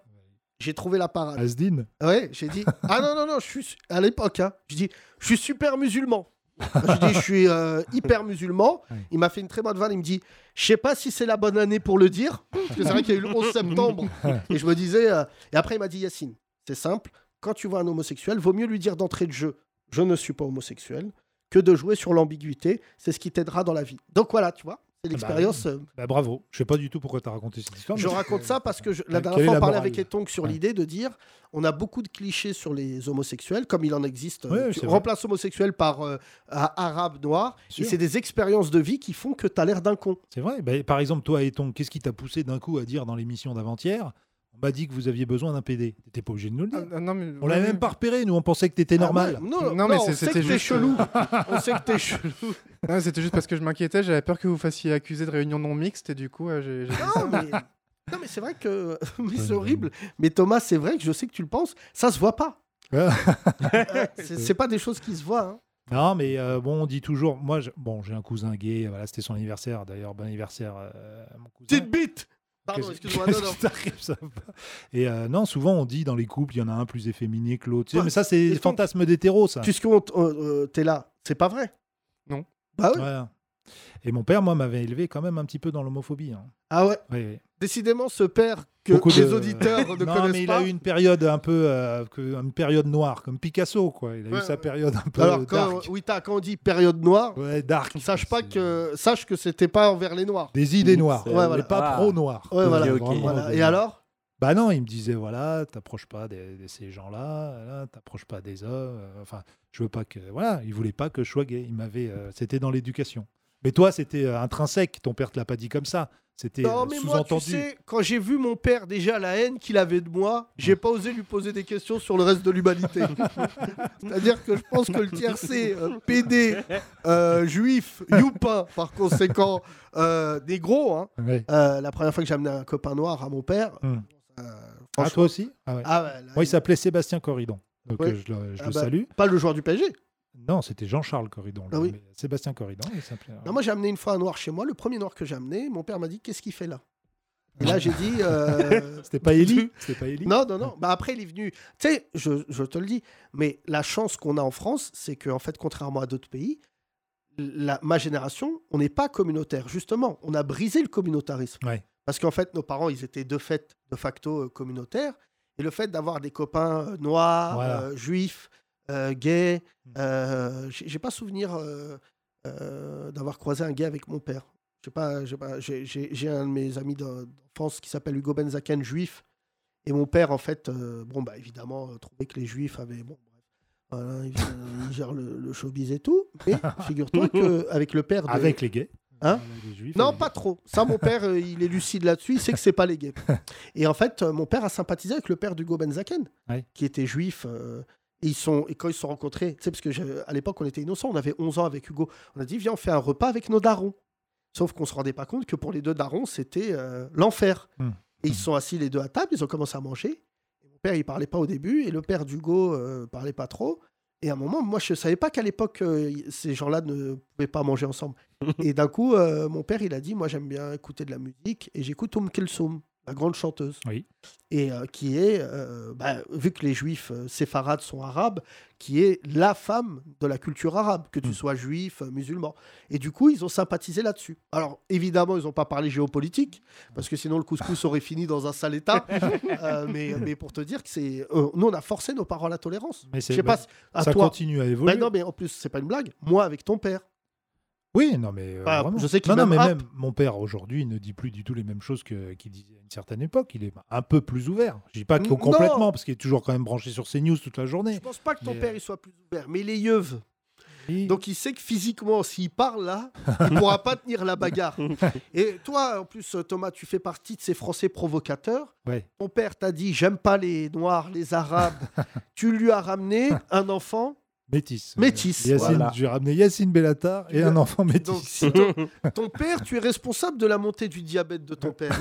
C: j'ai trouvé la parade.
D: Asdin.
C: Ouais, j'ai dit ah non non non, je suis su- à l'époque hein, je dis je suis super musulman. je dis je suis euh, hyper musulman.
G: Ouais.
C: Il m'a fait une très bonne vanne, il me dit je sais pas si c'est la bonne année pour le dire parce que c'est vrai qu'il y a eu le 11 septembre et je me disais euh, et après il m'a dit Yacine, c'est simple, quand tu vois un homosexuel, vaut mieux lui dire d'entrée de jeu je ne suis pas homosexuel que de jouer sur l'ambiguïté, c'est ce qui t'aidera dans la vie. Donc voilà, tu vois, c'est
D: bah
C: l'expérience euh,
D: Bah, bravo. Je sais pas du tout pourquoi tu as raconté cette histoire.
C: je
D: mais-
C: raconte ça parce que je- la
D: Ouais,
C: dernière
D: quelle
C: fois,
D: est
C: on
D: la
C: parlait
D: morale
C: avec Etong sur
D: Ouais.
C: l'idée de dire on a beaucoup de clichés sur les homosexuels, comme il en existe.
D: Ouais,
C: euh, tu
D: c'est vrai.
C: remplaces homosexuel par euh, a- arabe, noir. Et
D: Sûr.
C: c'est des expériences de vie qui font que tu as l'air d'un con.
D: C'est vrai. Bah, par exemple, toi, Eton, qu'est-ce qui t'a poussé d'un coup à dire dans l'émission d'avant-hier On m'a dit que vous aviez besoin d'un PD. T'étais pas obligé de nous le
F: Ah,
D: dire.
F: ah, non, mais,
D: On l'avait
F: ouais,
D: même pas repéré, nous, on pensait que t'étais normal.
C: Ah ouais, non,
F: Non,
C: non,
F: mais
C: mais
F: c'est- c'était
C: c'était
F: juste-
C: chelou. on sait que t'es chelou.
F: non, Ah, c'était juste parce que je m'inquiétais, j'avais peur que vous fassiez accuser de réunion non mixte et du coup, euh, j'ai. j'ai dit ça.
C: Non, mais, non, mais c'est vrai que. mais c'est horrible. Mais Thomas, c'est vrai que je sais que tu le penses. Ça se voit pas.
D: Ah.
C: Euh, c'est c'est pas des choses qui se voient. hein.
D: Non, mais euh, bon, on dit toujours. Moi, je- bon, j'ai un cousin gay. Voilà, c'était son anniversaire. D'ailleurs, bon anniversaire euh, à mon cousin.
C: Petite bite Pardon,
D: Qu'est-ce-
C: excuse-moi.
D: qu'est-ce
C: non, non.
D: qui t'arrive, ça va pas Et euh, non, souvent on dit dans les couples, il y en a un plus efféminé que l'autre. tu sais,
C: Bah,
D: mais ça, c'est
C: et donc-
D: fantasme d'hétéro, ça.
C: Puisque on t- euh, euh, t'es là, c'est pas vrai.
F: Non.
C: Bah oui.
D: Voilà. Et mon père, moi, m'avait élevé quand même un petit peu dans l'homophobie. hein.
C: Ah ouais.
D: Oui, oui.
C: Décidément, ce père que
D: Beaucoup
C: les
D: de-
C: auditeurs ne
D: non,
C: connaissent
D: mais il
C: pas.
D: a eu une période un peu, euh, que- une période noire, comme Picasso, quoi. Il a
C: Ouais,
D: eu sa
C: ouais.
D: période un peu
C: Alors, quand,
D: dark.
C: oui, t'as- quand on dit période noire,
D: Ouais, dark.
C: sache pas
D: C'est-
C: que sache que c'était pas envers les noirs.
D: Des idées noires,
E: Ouais,
D: mais
C: voilà.
D: pas
E: Ah.
D: pro-noir.
C: Ouais, voilà.
E: ok.
C: Voilà. Et alors
D: Bah non, il me disait voilà, t'approches pas de, de ces gens-là, là, t'approches pas des hommes. euh, enfin, je veux pas que voilà, il voulait pas que je sois gay. Il m'avait, euh, c'était dans l'éducation. Mais toi, c'était euh, intrinsèque. Ton père te l'a pas dit comme ça. C'était euh,
C: Non, mais moi, tu
D: sous-entendu.
C: sais, quand j'ai vu mon père déjà la haine qu'il avait de moi, j'ai pas osé lui poser des questions sur le reste de l'humanité. C'est-à-dire que je pense que le tiercé euh, PD, euh, juif, youpin, par conséquent, euh, négro, hein,
D: Ouais.
C: euh, la première fois que j'ai amené un copain noir à mon père,
D: Hmm.
C: euh,
D: Ah,
C: franchement,
D: toi aussi. Ah ouais.
C: Ah ouais, là,
D: Moi, il s'appelait Sébastien Corridon. Donc
C: Ouais.
D: euh, je le, je
C: Ah
D: le
C: bah.
D: salue.
C: pas le joueur du PSG.
D: Ah. Non, c'était Jean-Charles Corridon. lui,
C: Ah oui.
D: mais Sébastien Corridon. il s'appelait-
C: Non, moi j'ai amené une fois un noir chez moi. Le premier noir que j'ai amené, mon père m'a dit qu'est-ce qu'il fait là Et là j'ai dit euh,
D: hein. C'était pas Élie. C'était pas Élie.
C: non non non. Bah après il est venu. Tu sais, je, je te le dis, mais la chance qu'on a en France, c'est que en fait contrairement à d'autres pays, la, ma génération, on n'est pas communautaire. Justement, on a brisé le communautarisme.
D: Ouais.
C: Parce qu'en fait nos parents, ils étaient de fait de facto euh, communautaires. Et le fait d'avoir des copains euh, noirs,
D: Voilà. Hmm.
C: euh, juifs, euh, gays, euh, j'ai j'ai pas souvenir euh, euh, d'avoir croisé un gay avec mon père. Je sais pas, j'ai pas- j'ai- j'ai j'ai un de mes amis d'en- d'enfance qui s'appelle Hugo Benzaken, juif. Et mon père, en fait, euh, bon, bah, évidemment, euh, trouvait que les juifs avaient. Bon, bref, voilà, il, il gère le, le showbiz et tout. Mais figure-toi qu'avec le père de.
D: Avec les gays.
C: Hein
D: Les juifs, euh,
C: Non,
D: les-
C: pas trop. Ça, mon père, euh, il est lucide là-dessus. Il sait que c'est pas les gays. Et en fait, euh, mon père a sympathisé avec le père d'Hugo Benzaken,
D: Ouais.
C: qui était juif. euh, et, ils sont, et quand ils se sont rencontrés, tu sais, parce que je- à l'époque, on était innocents, on avait 11 ans avec Hugo. On a dit, viens, on fait un repas avec nos darons. Sauf qu'on se rendait pas compte que pour les deux darons, c'était euh, l'enfer.
D: Hmm.
C: Et ils se sont assis les deux à table, ils ont commencé à manger. Et mon père, il parlait pas au début, et le père d'Hugo euh, parlait pas trop. Et à un moment, moi, je savais pas qu'à l'époque, euh, y- ces gens-là ne pouvaient pas manger ensemble. et d'un coup, euh, mon père, il a dit, moi, j'aime bien écouter de la musique, et j'écoute Oum Kulsum, la grande chanteuse.
D: Oui.
C: Et euh, qui est, euh, bah, vu que les juifs euh, séfarades sont arabes, qui est la femme de la culture arabe, que tu
D: Mm.
C: sois juif, euh, musulman. Et du coup, ils ont sympathisé là-dessus. Alors, évidemment, ils n'ont pas parlé géopolitique, parce que sinon, le couscous aurait fini dans un sale état. Euh, mais, mais pour te dire que c'est... euh, nous, on a forcé nos parents à la tolérance.
D: Mais
C: Je
D: c'est bah,
C: sais pas, si- à
D: ça
C: toi.
D: continue à
C: Bah
D: évoluer.
C: non, mais en plus, c'est pas une blague. Moi, avec ton père.
D: Oui, non, mais euh,
C: Bah,
D: vraiment.
C: je sais qu'il
D: non, non,
C: m'aime
D: mais
C: rap.
D: même mon père aujourd'hui il ne dit plus du tout les mêmes choses que- qu'il disait à une certaine époque. Il est un peu plus ouvert. Je dis pas qu'il
C: Non.
D: complètement parce qu'il est toujours quand même branché sur ses news toute la
C: Je
D: journée.
C: pense pas que ton
D: Mais, euh,
C: père, il soit plus ouvert, mais il est yeuve.
D: Oui.
C: Donc, il sait que physiquement, s'il parle là, il pourra pas tenir la bagarre. Et toi, en plus, euh, Thomas, tu fais partie de ces Français provocateurs.
D: Ouais.
C: Ton père t'a dit J'aime pas les Noirs, les Arabes. tu lui as ramené un enfant.
D: métis.
C: Métis,
D: Yacine,
E: voilà.
D: j'ai ramené Yacine Bellatar et
C: Tu
D: un
C: veux-
D: enfant
C: Donc,
D: métis.
C: si ton, ton père, tu es responsable de la montée du diabète de ton père.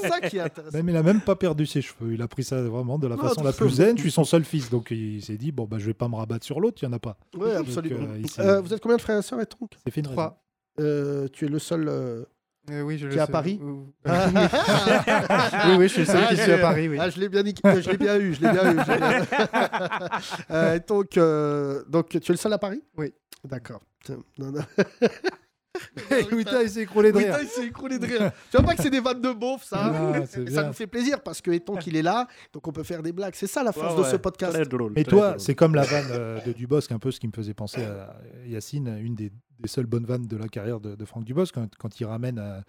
C: C'est ça qui est intéressant.
D: Même, il a même pas perdu ses cheveux. Il a pris ça vraiment de la
C: Non,
D: façon
C: tout
D: la
C: ça.
D: plus zen. Je suis son seul fils, donc il s'est dit bon bah je vais pas me rabattre sur l'autre, il y en a pas.
C: Oui,
D: Donc,
C: absolument.
D: euh, il s'est-
C: Euh, vous êtes combien de frères et sœurs et donc
D: s'est fait une raison.
F: Trois.
C: Euh, Tu es le seul. euh,
F: Euh, oui, je le
C: Qui est à
F: sais.
C: Paris
F: Ouh.
C: Ah,
F: Oui, oui, je suis le seul
C: Ah,
F: qui
C: je-
F: suis à Paris, oui.
C: je l'ai bien, niqué- je l'ai bien eu, je l'ai bien eu. je l'ai bien eu. Euh, donc, euh, donc, tu es le seul à Paris
F: Oui.
C: D'accord. Putain, non, non.
D: Wita, il s'est écroulé de
C: Oui,
D: rire.
C: il s'est écroulé de rire. Tu vois pas que c'est des vannes de beauf, ça hein
D: Ah, c'est
C: Et ça
D: bien.
C: nous fait plaisir parce que Eton qu'il est là, donc on peut faire des blagues. C'est ça la force de ce podcast.
E: Très drôle.
D: Mais
E: très
D: toi,
E: drôle.
D: c'est comme la vanne euh, de Dubosc, un peu ce qui me faisait penser à Yacine, une des, des seules bonnes vannes de la carrière de, de Franck Dubosc, quand, quand il ramène, à-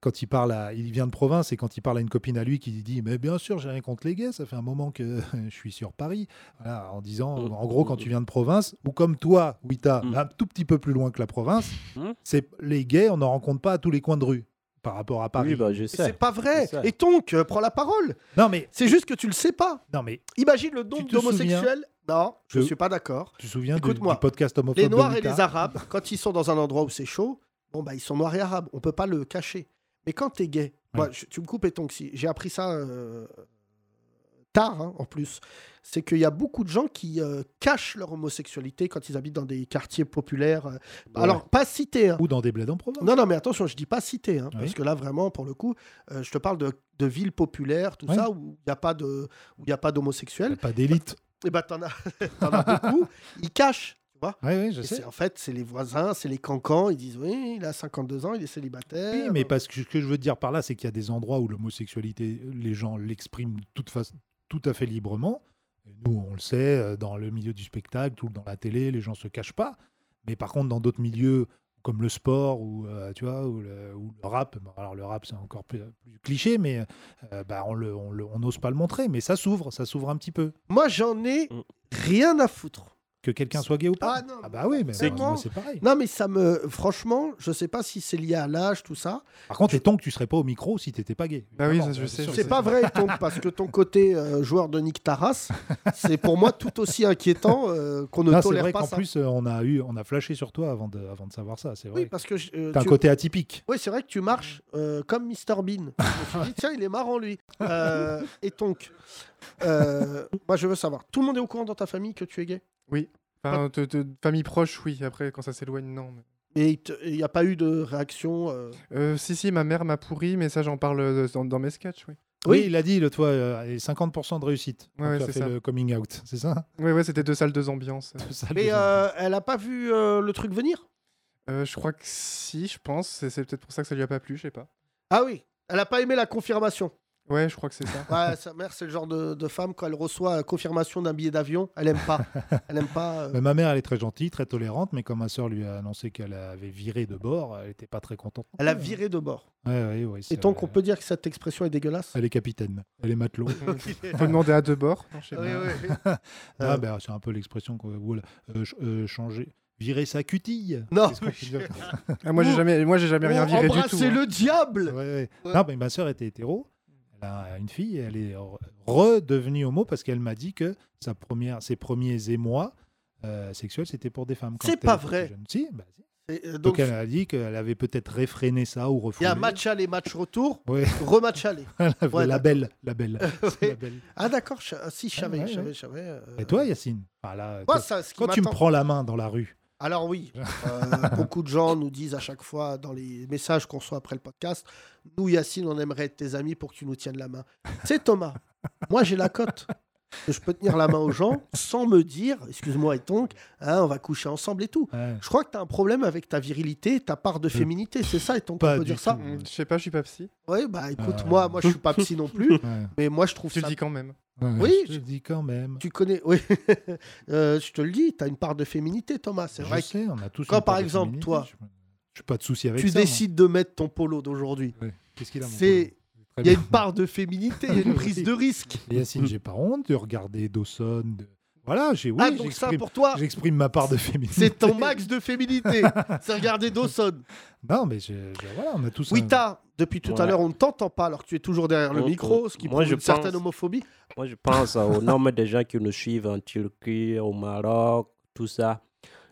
D: quand il parle à, il vient de province et quand il parle à une copine à lui qui dit, mais bien sûr, j'ai rien contre les gays, ça fait un moment que je suis sur Paris, Voilà, en disant,
E: Mm.
D: en gros, quand
E: Mm.
D: tu viens de province, ou comme toi, Wita,
E: Mm.
D: un tout petit peu plus loin que la province,
E: Mm.
D: c'est les gays, on n'en rencontre pas à tous les coins de rue par rapport à Paris.
E: Oui, bah, je
C: Mais C'est
E: sais.
C: pas vrai.
E: C'est ça.
C: Et donc, euh, prends la parole.
D: Non mais,
C: C'est juste que tu le sais pas.
D: non mais,
C: Imagine le nombre
D: te souviens
C: d'homosexuels. Non, je
D: Je-
C: suis pas d'accord.
D: tu te souviens du,
C: Écoute-moi.
D: du podcast homophobe
C: Les
D: de
C: Noirs et
D: Wita
C: les Arabes, quand ils sont dans un endroit où c'est chaud, bon bah ils sont Noirs et Arabes, on peut pas le cacher. Mais quand t'es gay, moi, je- tu me coupes et donc si j'ai appris ça euh, tard hein, en plus, c'est qu'il y a beaucoup de gens qui euh, cachent leur homosexualité quand ils habitent dans des quartiers populaires. euh, Alors pas cités. hein.
D: Bah ou dans des bleds en province.
C: Non non mais attention, je dis pas cités hein,
D: Oui.
C: parce que là vraiment pour le coup, euh, je te parle de, de villes populaires, tout
D: Ouais.
C: ça où il n'y a pas de où il y a pas d'homosexuels.
D: Pas d'élite.
C: Et ben t'en as, t'en as beaucoup, ils cachent. Tu vois
D: Oui, oui, je
C: et
D: sais.
C: c'est- en fait, c'est les voisins, c'est les cancans. Ils disent oui, il a 52 ans, il est célibataire. Euh,
D: Oui, mais parce que ce que je veux dire par là, c'est qu'il y a des endroits où l'homosexualité, les gens l'expriment de toute façon, tout à fait librement. Et nous, on le sait, euh, dans le milieu du spectacle ou dans la télé, les gens se cachent pas. Mais par contre, dans d'autres milieux comme le sport ou euh, tu vois ou le, ou le rap, bon, alors le rap c'est encore plus, plus cliché, mais euh, bah, on le- on le- on n'ose pas le montrer. Mais ça s'ouvre, ça s'ouvre un petit peu.
C: Moi, j'en ai
E: Mm.
C: rien à foutre.
D: Que quelqu'un soit gay ou pas.
C: Ah, non,
D: bah oui, mais
C: c'est
D: euh,
C: bon.
D: moi, c'est pareil.
C: Non, mais ça me. Franchement, je sais pas si c'est lié à l'âge, tout ça.
D: Par contre, et tant que tu serais pas au micro si t'étais pas gay.
F: Bah oui,
D: Évidemment,
F: ça, je
D: euh,
F: sais,
D: sûr,
F: je
C: C'est
F: sais.
C: pas vrai, Tom, parce que ton côté euh, joueur de Nick Taras, c'est pour moi tout aussi inquiétant euh, qu'on ne
D: Non, c'est
C: tolère
D: vrai
C: pas
D: qu'en
C: ça.
D: plus, euh, on a, eu, on a flashé sur toi avant de, avant de savoir ça, c'est
C: oui,
D: vrai.
C: parce que. je- euh,
D: T'as un
C: tu-
D: côté atypique.
C: Oui, c'est vrai que tu marches euh, comme Mr Bean. Je me suis dit, tiens, il est marrant lui. Euh, et donc, euh, moi, je veux savoir. Tout le monde est au courant dans ta famille que tu es gay
F: Enfin, de, de- de famille proche, oui. Après, quand ça s'éloigne, non. mais-
C: Et il n'y a pas eu de réaction. euh,
F: Euh, si, si, ma mère m'a pourri, mais ça, j'en parle euh, dans, dans mes sketchs, oui.
C: Oui.
D: Oui, il a dit, le toi, euh, et 50% de réussite.
F: Ouais, ouais,
D: tu as
F: c'est
D: fait
F: ça.
D: le coming out, c'est ça
F: Ouais, ouais, c'était deux salles, deux ambiances.
D: Tout ça,
C: Mais
D: les-
C: euh, elle a pas vu euh, le truc venir
F: Euh, je crois que si, je pense. C'est c'est peut-être pour ça que ça lui a pas plu, je sais pas.
C: Ah oui, elle a pas aimé la confirmation.
F: Ouais, je crois que c'est ça.
C: Ouais, sa mère, c'est le genre de, de femme, quand elle reçoit la confirmation d'un billet d'avion, elle aime pas. Elle aime pas. euh.
D: Mais ma mère, elle est très gentille, très tolérante, mais comme ma soeur lui a annoncé qu'elle avait viré de bord, elle n'était pas très contente.
C: Elle a viré de bord.
D: Ouais, ouais, ouais, c'est
C: Et donc, on
D: vrai.
C: peut Ah. dire que cette expression est dégueulasse
D: Elle est capitaine, elle est matelot.
F: On peut demander à deux bords. Non, je sais pas.
D: Ah, bah, c'est un peu l'expression qu'on ou, euh, ch- euh, changer, virer sa cutille.
C: Non,
D: Qu'est-ce qu'on peut dire comme ça
F: Ah, moi, j'ai
C: Ou-
F: jamais, moi, j'ai jamais rien viré du tout.
C: C'est
F: hein.
C: le diable
D: Ouais, ouais.
C: Ouais.
D: Non, mais ma sœur était hétéro. Elle a une fille, et elle est re- redevenue homo parce qu'elle m'a dit que sa première, ses premiers émois euh, sexuels, c'était pour des femmes. quand
C: C'est
D: elle
C: pas
D: était
C: vrai.
D: jeune. Si, bah, si.
C: Et, euh,
D: Donc,
C: donc,
D: elle a dit qu'elle avait peut-être réfréné ça ou
C: il y
D: refoulé.
C: a match aller, match retour,
D: Ouais,
C: rematch aller.
D: elle avait
C: Ouais,
D: la
C: d'accord.
D: belle, la belle. C'est
C: Ouais.
D: la belle.
C: Ah d'accord, je- ah, si, je
D: Ouais,
C: savais,
D: ouais,
C: je
D: ouais.
C: savais, je savais, euh,
D: Et toi, Yacine Ah là,
C: moi,
D: toi,
C: ça, ce qui
D: Quand tu me
C: m'attend-
D: prends la main dans la rue,
C: Alors oui, euh, beaucoup de gens nous disent à chaque fois dans les messages qu'on reçoit après le podcast, nous Yacine, on aimerait être tes amis pour que tu nous tiennes la main. C'est Thomas. Moi j'ai la cote. Je peux tenir la main aux gens sans me dire, excuse-moi et donc, hein, on va coucher ensemble et tout.
D: ouais,
C: Je crois que tu as un problème avec ta virilité, ta part de féminité, c'est ça et donc
D: Euh, Pas
C: on peut
D: du
C: dire ça.
D: tout.
F: Mm, Je sais pas, je suis pas psy.
C: Oui, bah écoute,
D: Euh.
C: moi, moi je suis pas psy non plus,
D: ouais.
C: mais moi je trouve
F: Tu
C: ça
F: le dis quand même.
C: Oui,
D: je le dis quand même.
C: Tu connais, oui. Euh, je te le dis, tu as une part de féminité, Thomas. C'est
D: Je
C: vrai que
D: sais, on a tous.
C: Quand,
D: une
C: par
D: part de
C: exemple,
D: féminité,
C: toi,
D: je n'ai pas de souci avec
C: tu
D: ça. moi.
C: décides de mettre ton polo d'aujourd'hui.
D: Ouais. Qu'est-ce qu'il a mon
C: C'est-
D: polo Très
C: Il y a
D: bien.
C: une part de féminité, il y a une prise de risque.
D: Et
E: Mm,
D: Yacine, j'ai pas honte de regarder Dawson. de- Voilà, j'ai oui,
C: ah, donc ça,
D: j'exprime,
C: pour toi,
D: j'exprime ma part de féminité.
C: c'est ton max de féminité. c'est regarder Dawson.
D: Non, mais je, je- voilà, on a tous. un-
C: Wita, depuis tout à
E: Ouais.
C: l'heure, on ne t'entend pas alors que tu es toujours derrière le
E: Oh,
C: micro,
E: oh,
C: ce qui
E: moi,
C: prouve
E: je
C: une certaine
E: pense-
C: homophobie.
E: Moi, je pense euh, au nombre de gens qui nous suivent en Turquie, au Maroc, tout ça.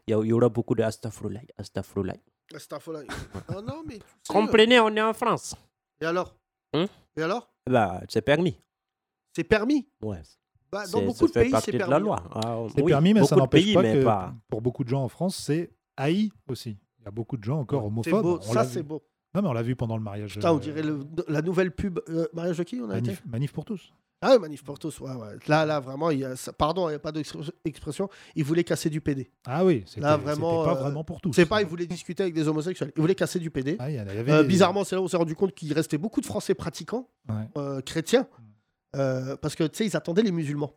E: Il y a- il y, aura beaucoup de astafroullah, astafroullah.
D: Ah,
C: Astaghfirullah. Non, non, mais tu sais,
E: Comprenez, on est en France.
C: euh, Et alors
E: Hein
C: Et alors
E: Bah, c'est permis.
C: C'est permis.
E: Ouais.
C: Bah, dans
E: C'est-
C: beaucoup
E: ça
C: de
E: fait
C: pays,
E: partie
C: c'est
E: de
C: permis.
E: la loi. Ah,
D: C'est
E: oui,
D: permis, mais ça
E: beaucoup de
D: n'empêche
E: pays,
D: pas
E: mais
D: que
E: pas-
D: pour beaucoup de gens en France, c'est haï aussi. Il y a beaucoup de gens encore
C: C'est
D: homophobes.
C: beau,
D: on
C: ça
D: l'a
C: c'est
D: vu.
C: beau.
D: Non, mais on l'a vu pendant le mariage.
C: Putain, on
D: euh,
C: dirait le- la nouvelle pub. euh, mariage de qui on a été
D: manif, manif pour tous.
C: Ah oui, Manif pour tous, ouais, ouais. Là, là, vraiment, il y a... ça- pardon, il n'y a pas d'expression. Il voulait casser du PD.
D: Ah oui, c'était
C: Là,
D: c'était
C: vraiment,
D: pas
C: euh,
D: vraiment pour tous.
C: C'est pas, il voulait discuter avec des homosexuels. Il voulait casser du PD.
D: Ah, il y en avait
C: Euh,
D: des-
C: bizarrement, c'est là où on s'est rendu compte qu'il restait beaucoup de Français pratiquants,
D: Ouais.
C: euh, chrétiens, euh, parce que, tu sais, ils attendaient les musulmans.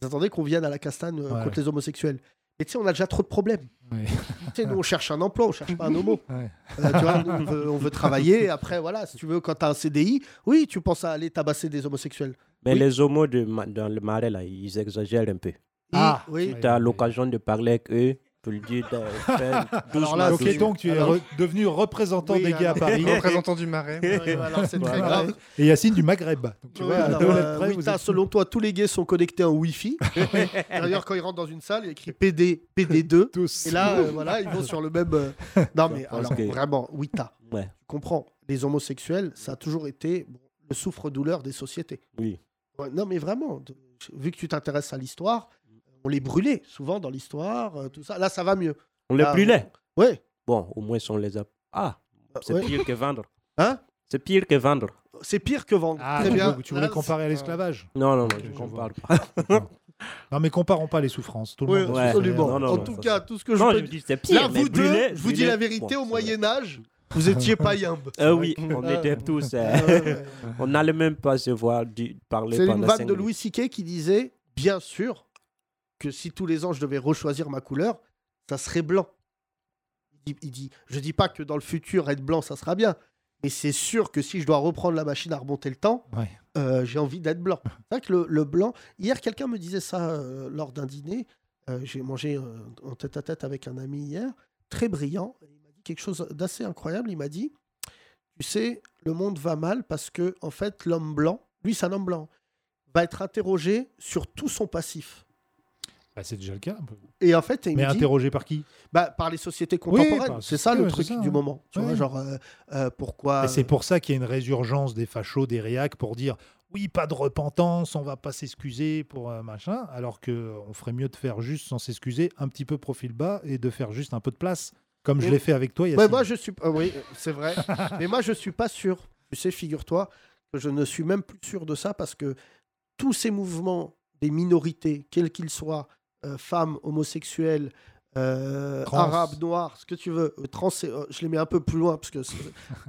C: Ils attendaient qu'on vienne à la castagne euh,
D: Ouais.
C: contre les homosexuels. Mais tu sais, on a déjà trop de problèmes.
D: Ouais.
C: Tu sais, nous, on cherche un emploi, on cherche pas un homo.
D: Ouais.
C: Euh, tu vois, nous, on, veut, on veut travailler. Après, voilà, si tu veux, quand t'as un CDI, oui, tu penses à aller tabasser des homosexuels.
E: Mais
C: Oui.
E: les homos de ma- dans le marais, là, ils exagèrent un peu.
D: Ah,
C: oui.
E: Tu as l'occasion de parler avec eux, tu le dis, de faire doucement,
C: là,
D: ok,
E: doucement.
D: donc tu es
C: Alors-
D: re- devenu représentant
C: Oui,
D: des gays à
C: alors-
D: Paris
F: Représentant du marais. moi.
C: Ouais, alors, c'est très
E: Voilà.
C: grave.
D: et Yacine du Maghreb. Donc, tu
C: Oui,
D: vois, à
C: alors,
D: deux
C: euh,
D: lettres près,
C: oui,
D: vous
C: t'as,
D: êtes-
C: selon toi, tous les gays sont connectés en Wi-Fi. D'ailleurs, quand ils rentrent dans une salle, il y a écrit PD, PD2.
D: tous.
C: Et là, euh, voilà, ils vont sur le même. euh, Non, mais
E: pense
C: alors,
E: que-
C: vraiment, oui, t'as.
E: Ouais.
C: Tu comprends, les homosexuels, ça a toujours été bon, le souffre-douleur des sociétés.
E: Oui.
C: Ouais, non, mais vraiment, de- vu que tu t'intéresses à l'histoire, on les brûlait souvent dans l'histoire, euh, tout ça. Là, ça va mieux.
E: On les
C: Ah,
E: brûlait.
C: Ouais.
E: Bon, au moins, on les a. Ah, c'est
C: Ouais.
E: pire que vendre.
C: Hein
E: C'est pire que vendre.
C: C'est pire que vendre.
D: Ah,
C: Très
D: tu
C: bien.
D: voulais- tu voulais
C: Là,
D: comparer à l'esclavage
E: Non, non, non,
D: Ok,
E: je
D: je
E: compare
D: vois.
E: pas.
D: Non, mais comparons pas les souffrances. Tout le
C: Oui,
D: monde a
E: Ouais.
D: souffert.
C: absolument.
E: Non, non,
C: en
E: non,
C: tout
E: ça,
C: cas,
E: ça-
C: tout ce que
E: non,
C: je
E: je
C: peux
E: vous dis, c'est pire.
C: Là,
E: mais
C: vous deux,
E: brûler-
C: je vous dis
E: brûler-
C: la vérité,
E: Bon,
C: au
E: c'est
C: Moyen-Âge, vous étiez pas yimbe.
E: vrai. Ah oui, on était tous. euh,
C: Ah ouais, ouais.
E: on n'allait même pas se voir du- parler
C: C'est
E: pendant
C: une vanne
E: cinq
C: de
E: minutes.
C: Louis Siquet qui disait Bien sûr que si tous les ans je devais rechoisir ma couleur, ça serait blanc. Il dit, il dit, Je dis pas que dans le futur, être blanc, ça sera bien. Mais c'est sûr que si je dois reprendre la machine à remonter le temps,
D: Ouais.
C: euh, j'ai envie d'être blanc. C'est vrai que le, le blanc. Hier, quelqu'un me disait ça euh, lors d'un dîner. Euh, j'ai mangé euh, en tête à tête avec un ami hier, très brillant. Il m'a dit quelque chose d'assez incroyable. Il m'a dit Tu sais, le monde va mal parce que, en fait, l'homme blanc, lui, c'est un homme blanc, hein. va être interrogé sur tout son passif.
D: Bah, c'est déjà le cas. un peu.
C: Et en fait, il
D: Mais
C: me dit,
D: interrogé par qui
C: bah, par les sociétés
D: Oui, par
C: contemporaines,
D: les
C: c'est ça
D: sociétés,
C: le
D: ouais,
C: truc
D: c'est ça,
C: du
D: ouais.
C: moment. Tu vois,
D: Ouais.
C: genre, euh, euh, pourquoi.
D: Et c'est pour ça qu'il y a une résurgence des fachos, des réacs, pour dire oui, pas de repentance, on va pas s'excuser pour euh, machin, alors que on ferait mieux de faire juste sans s'excuser, un petit peu profil bas et de faire juste un peu de place, comme je
C: Et-
D: l'ai fait avec toi.
C: Ouais,
D: Yacine.
C: moi, je suis. ah oui, c'est vrai. Mais moi, je suis pas sûr. Tu sais, figure-toi que je ne suis même plus sûr de ça parce que tous ces mouvements des minorités, quels qu'ils soient, euh, femmes, homosexuelles, euh,
D: Trans.
C: arabes, noirs, ce que tu veux, euh, trans, c'est- euh, je les mets un peu plus loin parce que c'est-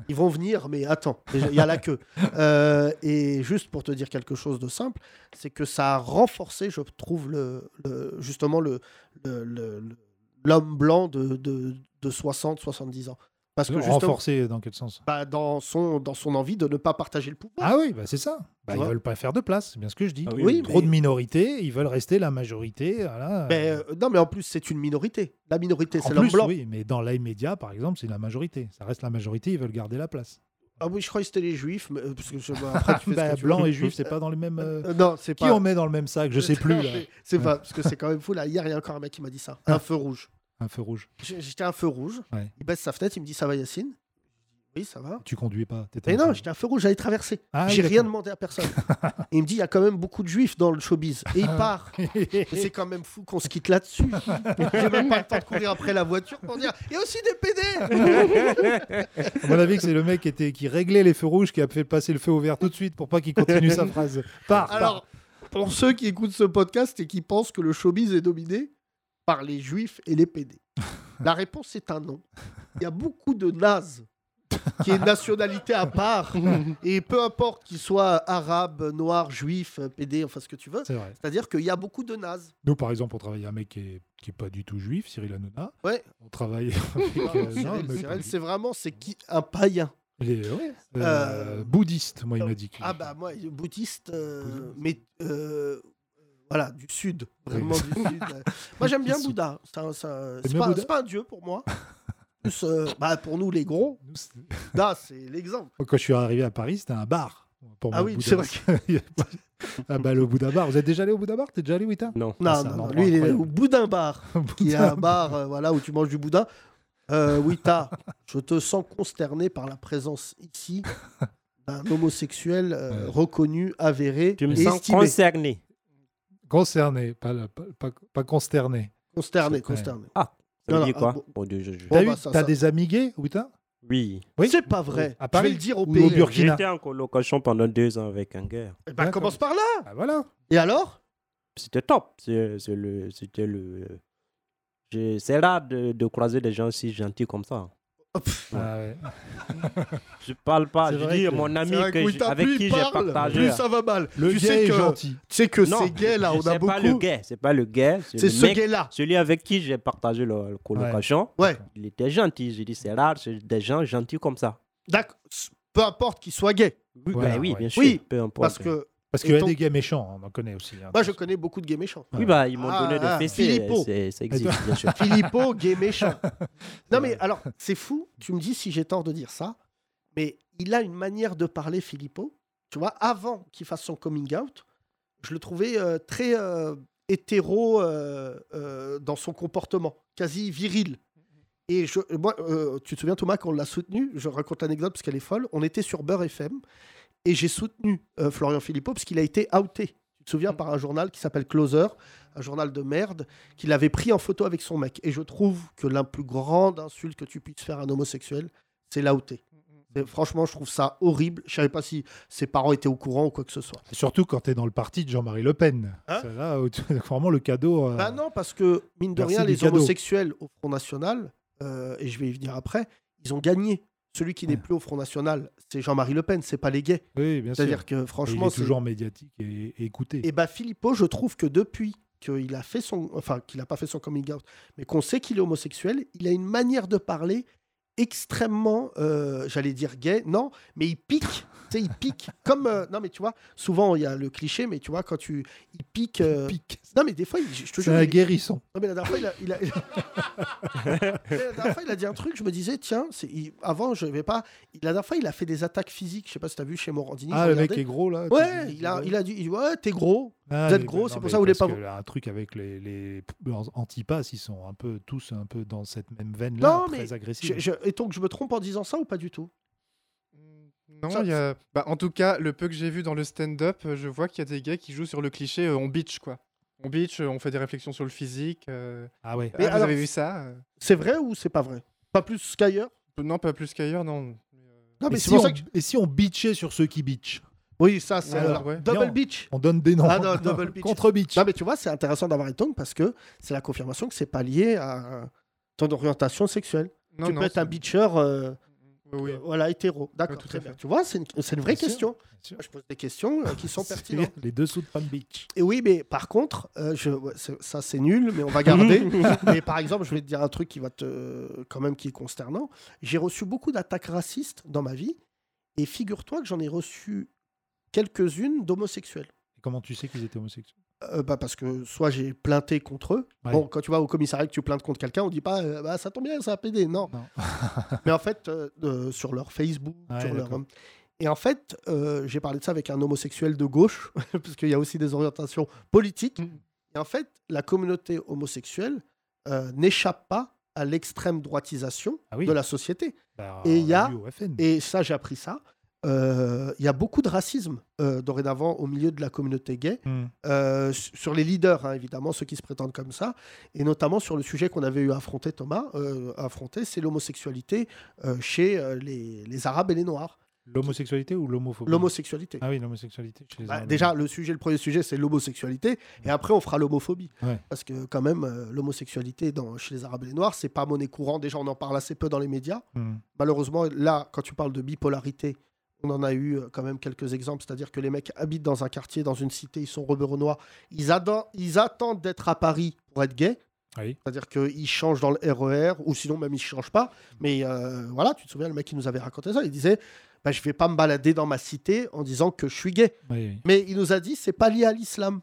C: ils vont venir, mais attends, déjà, il y a la queue. Euh, et juste pour te dire quelque chose de simple, c'est que ça a renforcé, je trouve, le, le- justement le, le- le- le- l'homme blanc de, de, de 60, 70 ans. Parce que justement,
D: renforcé dans quel sens
C: bah, dans, son, dans son envie de ne pas partager le pouvoir.
D: Ah oui, bah c'est ça. Bah,
C: Tu
D: ils
C: vois
D: veulent pas faire de place, c'est bien ce que je dis.
E: Ah
C: oui, oui,
D: Trop
C: mais-
D: de minorités, ils veulent rester la majorité. Voilà.
C: Mais, euh, non, mais en plus, c'est une minorité. La minorité,
D: Ah. en
C: c'est l'homme
D: plus,
C: blanc.
D: oui, mais dans l'immédiat, par exemple, c'est la majorité. Ça reste la majorité, ils veulent garder la place.
C: Ah oui, je crois que c'était les juifs. Mais, euh, parce que je- bah, après, tu fais ce
D: Bah,
C: que tu veux.
D: blanc et juif, c'est pas dans les mêmes. euh,
C: Euh, non, c'est
D: Qui
C: pas.
D: on met dans le même sac Je sais plus. là.
C: C'est pas, parce que c'est quand même fou. Là, hier, il y a encore un mec qui m'a dit ça. Un feu rouge.
D: un feu rouge.
C: J'ai- J'étais à un feu rouge.
D: Ouais.
C: Il baisse sa fenêtre, il me dit Ça va, Yacine Je dis, Oui, ça va.
D: Tu conduis pas. t'étais
C: Et
D: en train
C: non,
D: de-
C: j'étais à un feu rouge, j'allais traverser.
D: Ah oui,
C: J'ai rien
D: d'accord.
C: demandé à personne. Et il me dit, il y a quand même beaucoup de juifs dans le showbiz. Et
D: Ah.
C: il part. Mais c'est quand même fou qu'on se quitte là-dessus. J'ai même pas le temps de courir après la voiture pour dire, il y a aussi des PD
D: À mon avis, que c'est le mec qui, était, qui réglait les feux rouges qui a fait passer le feu au vert tout de suite pour pas qu'il continue sa phrase. Par,
C: Alors, pour ceux qui écoutent ce podcast et qui pensent que le showbiz est dominé par les juifs et les PD, la réponse est un non. Il y a beaucoup de nazes qui est une nationalité à part. Et peu importe qu'ils soient arabes, noirs, juifs, PD, enfin ce que tu veux.
D: C'est vrai.
C: C'est-à-dire qu'il y a beaucoup de nazes.
D: Nous, par exemple, on travaille avec un mec qui est, qui est pas du tout juif, Cyril Hanouna.
C: Ouais.
D: On travaille avec.
C: Ah, Non,
D: euh, non,
C: Cyril,
D: mais
C: Cyril,
D: pas-
C: c'est vraiment c'est qui un païen.
D: il est- ouais, euh,
C: Euh,
D: Bouddhiste, moi, il m'a dit. que-
C: Ah bah moi bouddhiste, euh,
D: Bouddhiste.
C: mais euh, voilà du sud, vraiment du sud. euh. Moi j'aime bien
D: Du sud.
C: Bouddha. hein. C'est un- c'est un- c'est
D: bien
C: pas,
D: Bouddha
C: c'est pas un dieu pour moi. Plus, euh, bah, pour nous les gros,
D: Nous, c'est-
C: là c'est l'exemple.
D: Quand je suis arrivé à Paris, c'était un bar. Pour
C: Ah
D: moi,
C: oui,
D: Bouddha.
C: c'est vrai.
D: Il y a pas- ah bah le Bouddha Bar. Vous êtes déjà allé au Bouddha Bar T'es déjà allé, Wita
E: Non.
C: Non,
D: Ah, c'est un
C: non, non,
D: endroit
C: lui il est
D: incroyable.
C: au Boudin Bar, qui est un bar euh, voilà où tu manges du boudin. Euh, Wita, je te sens consterné par la présence ici d'un homosexuel euh,
D: Ouais.
C: reconnu, avéré,
E: Tu me
C: et
E: sens
C: estimé.
E: concerné.
D: Concerné, pas, le- pas, pas- pas consterné.
C: Consterné,
D: Ouais.
C: consterné.
E: Ça
C: Non,
E: veut
C: non,
E: dire
C: ah
E: quoi
C: bon.
E: Bon, Dieu, je- je-
C: Bon,
D: T'as
C: bah,
D: eu-
C: ça-
D: t'as
C: ça-
D: des amis gays, Wita
E: Oui.
D: Oui.
C: C'est pas vrai.
D: À
C: Je vais
D: Paris
C: le dire au
D: ou au
C: pays.
D: Burkina. Burkina.
E: J'étais en colocation pendant deux ans avec un gars.
C: Eh ben,
D: D'accord.
C: commence par là.
D: Ah voilà.
C: Et alors
E: C'était top. C'est- c'est le- C'était le. je- C'est rare de, de croiser des gens si gentils comme ça.
C: Oh,
D: Ah ouais.
E: Je parle pas.
D: C'est
E: Je
D: vrai
E: dis
D: que-
E: mon ami
C: C'est vrai que
E: que
C: oui,
E: je-
C: t'as
E: avec
C: plus
E: qui
C: il
E: j'ai
C: parle,
E: partagé.
C: Plus ça va mal.
D: Le
C: tu
D: gars
C: sais
D: est
C: que,
D: gentil.
C: Tu sais que
E: Non,
C: ces gays là, on
E: C'est
C: a
E: pas le
C: beaucoup.
E: gay. C'est pas le gay.
C: C'est
E: le
C: ce
E: mec-
C: gay là.
E: Celui avec qui j'ai partagé le, le colocation,
C: Ouais.
E: il était gentil. J'ai dit, c'est rare, c'est des gens gentils comme ça.
C: D'accord. S- Peu importe qu'il soit gay,
E: Oui,
D: Voilà,
E: bah oui
D: ouais.
E: bien sûr.
C: Oui,
E: peu importe.
C: parce que
D: Parce
C: Et
D: qu'il y a
C: ton-
D: des gays méchants, on en connaît aussi. hein.
C: moi Bah, je connais beaucoup de gays méchants.
E: Oui, bah, ils m'ont
C: Ah,
E: donné
C: ah,
E: des fessées.
C: Philippot.
E: c'est- Ça existe, bien sûr.
C: Philippot, gay méchant. Non mais alors, c'est fou. Tu me dis si j'ai tort de dire ça, mais il a une manière de parler Philippot. Tu vois, avant qu'il fasse son coming out, je le trouvais euh, très euh, hétéro euh, euh, dans son comportement, quasi viril. Et je, moi, euh, tu te souviens Thomas quand on l'a soutenu, je raconte l'anecdote parce qu'elle est folle. On était sur Beurre FM et j'ai soutenu euh, Florian Philippot parce qu'il a été outé. Tu te souviens par un journal qui s'appelle Closer, un journal de merde qu'il avait pris en photo avec son mec. Et je trouve que la plus grande insulte que tu puisses faire à un homosexuel, c'est l'outer. Et Franchement, je trouve ça horrible. Je savais pas si ses parents étaient au courant ou quoi que ce soit.
D: Surtout quand tu es dans le parti de Jean-Marie Le Pen.
C: Hein
D: c'est là où tu- vraiment le cadeau. euh,
C: Bah non, parce que mine de
D: merci
C: rien,
D: du
C: les
D: cadeau.
C: homosexuels au Front National, euh, et je vais y venir après, ils ont gagné. Celui qui n'est
D: Ouais.
C: plus au Front National, c'est Jean-Marie Le Pen, c'est pas les gays.
D: Oui, bien sûr.
C: C'est-à-dire que
D: Et il
C: franchement,
D: est toujours médiatique et, et écouté.
C: Et bah Philippot, je trouve que depuis qu'il a fait son, enfin qu'il a pas fait son coming out, mais qu'on sait qu'il est homosexuel, il a une manière de parler extrêmement, euh, j'allais dire gay, non, mais il pique, tu sais, il pique comme, euh, non mais tu vois, souvent il y a le cliché, mais tu vois quand tu, il pique, euh,
D: Pique.
C: non mais des fois, il- je te
D: C'est
C: jure,
D: un
C: il-
D: guérisson.
C: non, mais la dernière fois, il a, il a- La dernière fois, il a dit un truc, je me disais, tiens, c'est- il- avant je vais pas, la dernière fois il a fait des attaques physiques, je sais pas si t'as vu chez Morandini,
D: Ah,
C: j'ai
D: le mec
C: regardé.
D: est gros là. tu
C: Ouais,
D: dis-
C: il a, il a dit, il- ouais, t'es gros,
D: Ah,
C: Vous êtes
D: mais-
C: gros,
D: non,
C: c'est pour
D: mais
C: ça que vous voulez
D: parce
C: pas
D: que là, Un truc avec les, les antipasses, ils sont un peu tous un peu dans cette même veine
C: Non,
D: là,
C: mais
D: très agressifs.
C: Je- je- et donc, je me trompe en disant ça ou pas du tout
F: Mm, Non,
C: Ça-
F: il y a... bah, en tout cas, le peu que j'ai vu dans le stand-up, euh, je vois qu'il y a des gars qui jouent sur le cliché euh, on bitch, quoi. On bitch, euh, on fait des réflexions sur le physique. euh,
D: Ah ouais.
F: ah,
C: Mais
F: vous
C: alors-
F: avez vu ça euh,
C: C'est vrai ou c'est pas vrai Pas plus qu'ailleurs
F: Non, pas plus qu'ailleurs, non. Mais, euh,
C: Non, mais
D: et,
C: c'est
D: si
C: pour
D: on,
C: ça que.
D: et si on bitchait sur ceux qui bitchent
C: Oui, ça, c'est.
F: Alors,
C: alors,
F: ouais.
C: Double
D: Bien.
C: bitch
D: On donne des noms.
C: Ah non, double bitch.
D: Contre bitch.
C: Non, mais tu vois, c'est intéressant d'avoir une tongue parce que c'est la confirmation que c'est pas lié à ton orientation sexuelle.
F: Non,
C: tu
F: non,
C: peux être
F: c'est-
C: un bitcher, euh,
F: Oui, oui.
C: euh, voilà, hétéro. D'accord,
F: Ouais, tout
C: très
F: à
C: bien.
F: fait.
C: Tu vois, c'est une, c'est une vraie
D: Bien sûr,
C: question.
D: bien sûr.
C: Je pose des questions euh, qui sont pertinentes.
D: Les dessous de Palm Beach.
C: Et oui, mais par contre, euh, je, ouais, c'est- ça c'est nul, mais on va garder. mais par exemple, je vais te dire un truc qui va te, quand même, qui est consternant. J'ai reçu beaucoup d'attaques racistes dans ma vie, et figure-toi que j'en ai reçu quelques-unes d'homosexuels.
D: Et Comment tu sais qu'ils étaient homosexuels
C: Euh, bah, parce que soit j'ai plainté contre eux.
D: Ouais.
C: Bon, quand tu vas au commissariat que tu plaintes contre quelqu'un, on dit pas euh, bah, ça tombe bien, ça a pédé. Non.
D: Non.
C: mais en fait, euh, euh, sur leur Facebook,
D: Ouais,
C: sur leur.
D: d'accord.
C: Et en fait, euh, j'ai parlé de ça avec un homosexuel de gauche,
D: Mm.
C: parce qu'il y a aussi des orientations politiques. Et en fait, la communauté homosexuelle euh, n'échappe pas à l'extrême droitisation
D: Ah oui.
C: de la société.
D: Bah,
C: Et
D: on
C: il y
D: l'a
C: a-
D: vu au FN.
C: Et ça, j'ai appris ça. Euh, Il y a beaucoup de racisme euh, dorénavant au milieu de la communauté gay,
D: Hmm.
C: euh, s- sur les leaders, hein, évidemment, ceux qui se prétendent comme ça, et notamment sur le sujet qu'on avait eu à affronter, Thomas, euh, à affronter, c'est l'homosexualité euh, chez euh, les, les Arabes et les Noirs.
D: L'homosexualité ou l'homophobie
C: L'homosexualité.
D: Ah oui, l'homosexualité. chez les
C: Bah,
D: Arabes.
C: déjà, le sujet, le premier sujet, c'est l'homosexualité, et après, on fera l'homophobie,
D: Ouais.
C: parce que quand même, euh, l'homosexualité dans- chez les Arabes et les Noirs, c'est pas monnaie courante. Déjà, on en parle assez peu dans les médias.
D: Hmm.
C: Malheureusement, là, quand tu parles de bipolarité, on en a eu euh, quand même quelques exemples, c'est-à-dire que les mecs habitent dans un quartier, dans une cité, ils sont rebeuronois, ils, adan- ils attendent d'être à Paris pour être gays.
D: Oui.
C: C'est-à-dire qu'ils changent dans le RER, ou sinon même ils ne changent pas. Mais euh, voilà, tu te souviens, le mec qui nous avait raconté ça, il disait bah, Je vais pas me balader dans ma cité en disant que je suis gay.
D: Oui, oui.
C: Mais il nous a dit c'est pas lié à l'islam.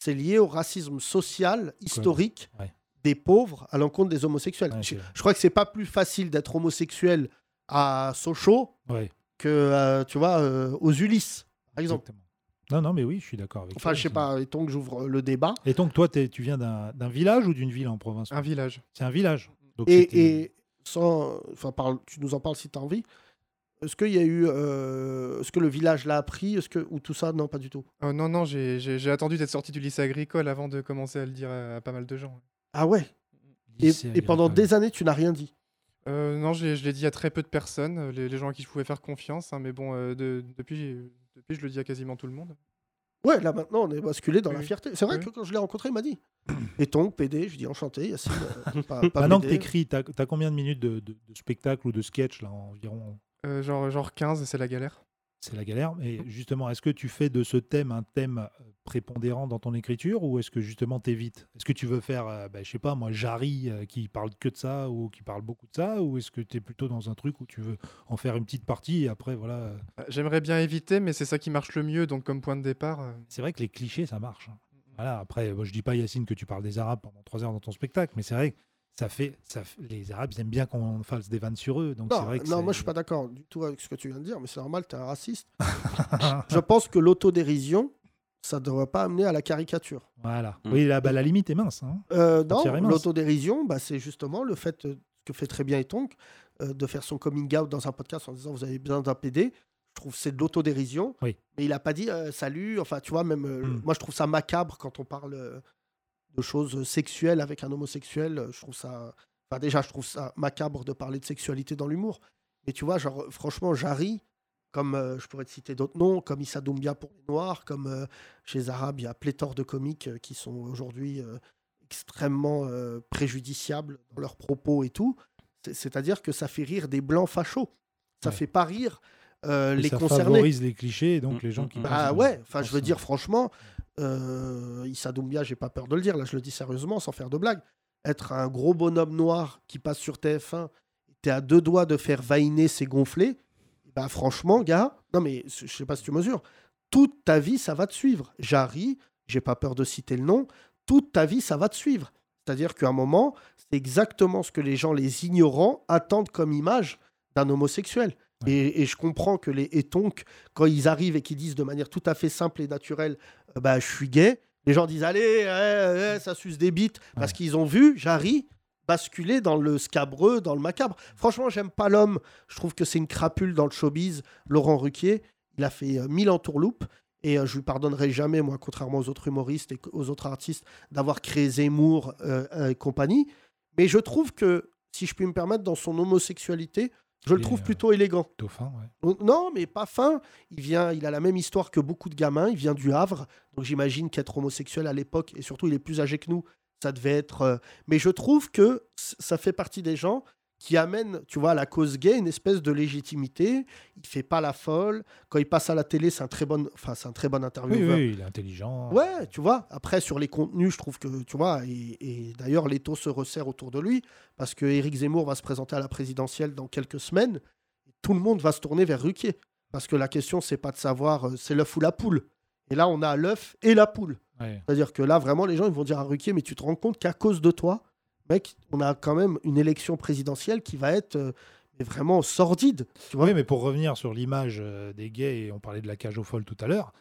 C: C'est lié au racisme social, historique
D: Ouais.
C: des pauvres à l'encontre des homosexuels.
D: Ouais,
C: je,
D: c'est-
C: je crois que c'est pas plus facile d'être homosexuel à Sochaux
D: Ouais,
C: que, euh, tu vois, euh, aux Ulysses, par exemple.
D: exactement. Non, non, mais oui, je suis d'accord avec
C: Enfin,
D: toi,
C: je sais
D: c'est-
C: pas, et donc j'ouvre euh, le débat.
D: Et donc, toi, t'es- tu viens d'un d'un village ou d'une ville en province
F: Un village.
D: C'est un village. Donc, c'était-
C: Et, et sans. Enfin, parle- tu nous en parles si tu as envie. Est-ce qu'il y a eu. euh, Est-ce que le village l'a appris Est-ce que. Ou tout ça Non, pas du tout.
F: Oh, non, non, j'ai- j'ai j'ai attendu d'être sorti du lycée agricole avant de commencer à le dire à, à pas mal de gens.
C: Ah ouais Et,
D: lycée
C: et pendant
D: agricole.
C: des années, tu n'as rien dit.
F: Euh, non, je l'ai je l'ai dit à très peu de personnes, euh, les, les gens à qui je pouvais faire confiance, hein, mais bon, euh, de- depuis, j'ai- depuis, je le dis à quasiment tout le monde.
C: Ouais, là maintenant, on est basculé dans la
F: Oui.
C: fierté. C'est vrai
F: Oui.
C: que quand je l'ai rencontré, il m'a dit. Et donc, PD, je dis enchanté, Yacine. euh, pas, pas
D: Maintenant que
C: PD.
D: t'écris, t'as t'as combien de minutes de, de- de spectacle ou de sketch là environ
F: Euh, genre, genre 15, c'est la galère.
D: C'est la galère. Et
C: Mmh.
D: justement, est-ce que tu fais de ce thème un thème euh, prépondérant dans ton écriture ou est-ce que justement t'évites Est-ce que tu veux faire, euh, bah, je sais pas moi, Jarry euh, qui parle que de ça ou qui parle beaucoup de ça ou est-ce que t'es plutôt dans un truc où tu veux en faire une petite partie et après voilà euh,
F: Euh, J'aimerais bien éviter, mais c'est ça qui marche le mieux, donc comme point de départ. euh,
D: C'est vrai que les clichés, ça marche. hein.
E: Mm,
D: Voilà, après, moi, je dis pas, Yacine, que tu parles des Arabes pendant trois heures dans ton spectacle, mais c'est vrai que ça fait, ça fait- Les Arabes, ils aiment bien qu'on fasse des vannes sur eux. Donc c'est
C: Non,
D: vrai que
C: non
D: c'est-
C: moi je suis pas d'accord du tout avec ce que tu viens de dire, mais c'est normal, t'es un raciste. je pense que l'autodérision, ça ne doit pas amener à la caricature.
D: Voilà.
E: Mm.
D: Oui, là, bah, la limite est mince. hein.
C: Euh,
D: Quand
C: non,
D: il y a Rémince.
C: l'autodérision, bah, c'est justement le fait euh, que fait très bien Etong euh, de faire son coming out dans un podcast en disant vous avez besoin d'un PD. Je trouve que c'est de l'autodérision.
D: Oui.
C: Mais il n'a pas dit euh, salut. Enfin, tu vois, même euh,
D: Hmm.
C: moi, je trouve ça macabre quand on parle euh, de choses sexuelles avec un homosexuel. Euh, Je trouve ça. Enfin, déjà, je trouve ça macabre de parler de sexualité dans l'humour. Mais tu vois, genre, franchement, Jarry, comme euh, je pourrais te citer d'autres noms, comme Issa Doumbia pour les Noirs, comme euh, chez les Arabes, il y a pléthore de comiques euh, qui sont aujourd'hui euh, extrêmement euh, préjudiciables dans leurs propos et tout. C'est- C'est-à-dire que ça fait rire des blancs fachos. Ça
D: Ouais.
C: fait pas rire euh,
D: Et
C: les
D: ça
C: concernés.
D: favorise les clichés, et donc les gens qui.
E: Mm, mm,
C: Bah
D: pensent-
C: ouais, enfin je
D: pensent
C: veux
D: ça.
C: dire franchement, euh, Issa Doumbia, j'ai pas peur de le dire, là je le dis sérieusement sans faire de blague, être un gros bonhomme noir qui passe sur TF1, t'es à deux doigts de faire vainer ses gonflés, bah franchement gars, non mais je sais pas si tu mesures, toute ta vie ça va te suivre. Jarry, j'ai pas peur de citer le nom, toute ta vie ça va te suivre. C'est-à-dire qu'à un moment, c'est exactement ce que les gens, les ignorants, attendent comme image d'un homosexuel.
D: Ouais.
C: Et, et je comprends que les étonques quand ils arrivent et qu'ils disent de manière tout à fait simple et naturelle euh, bah je suis gay les gens disent allez eh, eh, ça suce des bites parce qu'ils ont vu Jarry basculer dans le scabreux dans le macabre franchement j'aime pas l'homme je trouve que c'est une crapule dans le showbiz Laurent Ruquier il a fait euh, mille entourloupes et euh, je lui pardonnerai jamais moi contrairement aux autres humoristes et aux autres artistes d'avoir créé Zemmour euh, euh, et compagnie mais je trouve que si je puis me permettre dans son homosexualité je
D: Il
C: le
D: est,
C: trouve
D: euh,
C: plutôt élégant
D: Dauphin, ouais.
C: donc, Non, mais pas fin. Il vient, il a la même histoire que beaucoup de gamins. Il vient du Havre, donc j'imagine qu'être homosexuel à l'époque, et surtout il est plus âgé que nous, ça devait être. euh, Mais je trouve que c- ça fait partie des gens qui amènent, tu vois, à la cause gay une espèce de légitimité. Il fait pas la folle. Quand il passe à la télé, c'est un très bon, enfin c'est un très bon
D: Oui,
C: intervieweur.
D: oui, il est intelligent.
C: Ouais, tu vois. Après, sur les contenus, je trouve que, tu vois, et, et d'ailleurs, les taux se resserrent autour de lui, parce que Éric Zemmour va se présenter à la présidentielle dans quelques semaines. Tout le monde va se tourner vers Ruquier. Parce que la question, c'est pas de savoir, euh, c'est l'œuf ou la poule. Et là, on a l'œuf et la poule.
D: Ouais.
C: C'est-à-dire que là, vraiment, les gens, ils vont dire à Ruquier, mais tu te rends compte qu'à cause de toi, mec, on a quand même une élection présidentielle qui va être euh, mais vraiment sordide. Tu vois
D: Oui, mais pour revenir sur l'image euh, des gays, et on parlait de la cage aux folles tout à l'heure,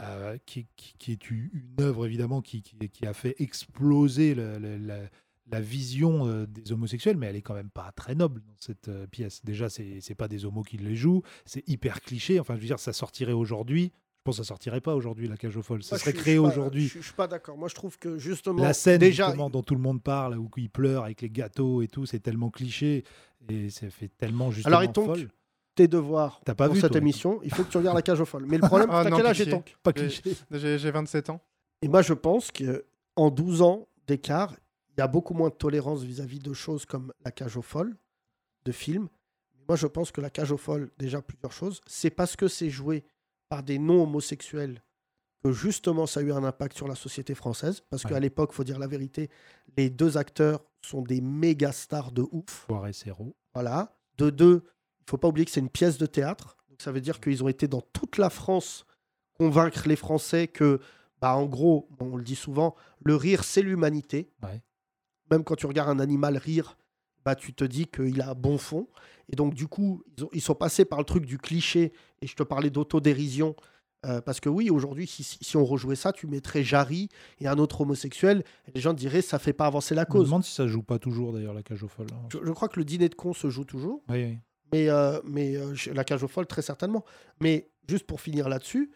D: euh, qui, qui- qui est u- une œuvre évidemment qui, qui- qui a fait exploser le- le- la- la vision euh, des homosexuels, mais elle est quand même pas très noble dans cette euh, pièce. Déjà, c'est c'est pas des homos qui les jouent, c'est hyper cliché. Enfin, je veux dire, ça sortirait aujourd'hui. Je pense que ça sortirait pas aujourd'hui, La Cage aux Folles. Ça
C: Moi, je
D: serait
C: suis- je
D: créé
C: suis pas-
D: aujourd'hui.
C: Je, je suis pas d'accord. Moi, je trouve que justement.
D: La scène
C: déjà,
D: justement, dont tout le monde parle, où il pleure avec les gâteaux et tout, c'est tellement cliché et ça fait tellement justement
C: et donc,
D: folle.
C: tes devoirs
D: T'as pas
C: pour
D: vu
C: cette
D: toi,
C: émission, il faut que tu regardes la cage aux folles. Mais le problème,
F: Ah
C: t'as
F: non,
C: quel âge
F: pitié.
C: Etank
D: Pas
F: Mais-
C: euh,
D: cliché.
F: J'ai j'ai 27 ans.
C: Et moi, je pense que en 12 ans d'écart, il y a beaucoup moins de tolérance vis-à-vis de choses comme la cage aux folles, de films. Moi, je pense que la cage aux folles, déjà plusieurs choses, c'est parce que c'est joué par des non-homosexuels que justement ça a eu un impact sur la société française. Parce
D: Ouais.
C: qu'à l'époque, faut dire la vérité, les deux acteurs sont des méga stars de ouf.
D: Poiré Serrault.
C: Voilà. De deux, il faut pas oublier que c'est une pièce de théâtre. Donc ça veut dire qu'ils ont été dans toute la France convaincre les Français que, bah, en gros, bon, on le dit souvent, le rire, c'est l'humanité.
D: Ouais.
C: Même quand tu regardes un animal rire, bah, tu te dis qu'il a bon fond. Et donc, du coup, ils, ont- ils sont passés par le truc du cliché. Et je te parlais d'autodérision. euh, parce que oui, aujourd'hui, si, si- si on rejouait ça, tu mettrais Jarry et un autre homosexuel, et les gens diraient ça fait pas avancer la
D: Je me
C: cause.
D: demande si ça joue pas toujours d'ailleurs La Cage aux Folles. hein.
C: Je- je crois que le dîner de cons se joue toujours.
D: Oui, oui.
C: Mais, euh, mais euh, je- la cage aux folles, très certainement. Mais juste pour finir là-dessus,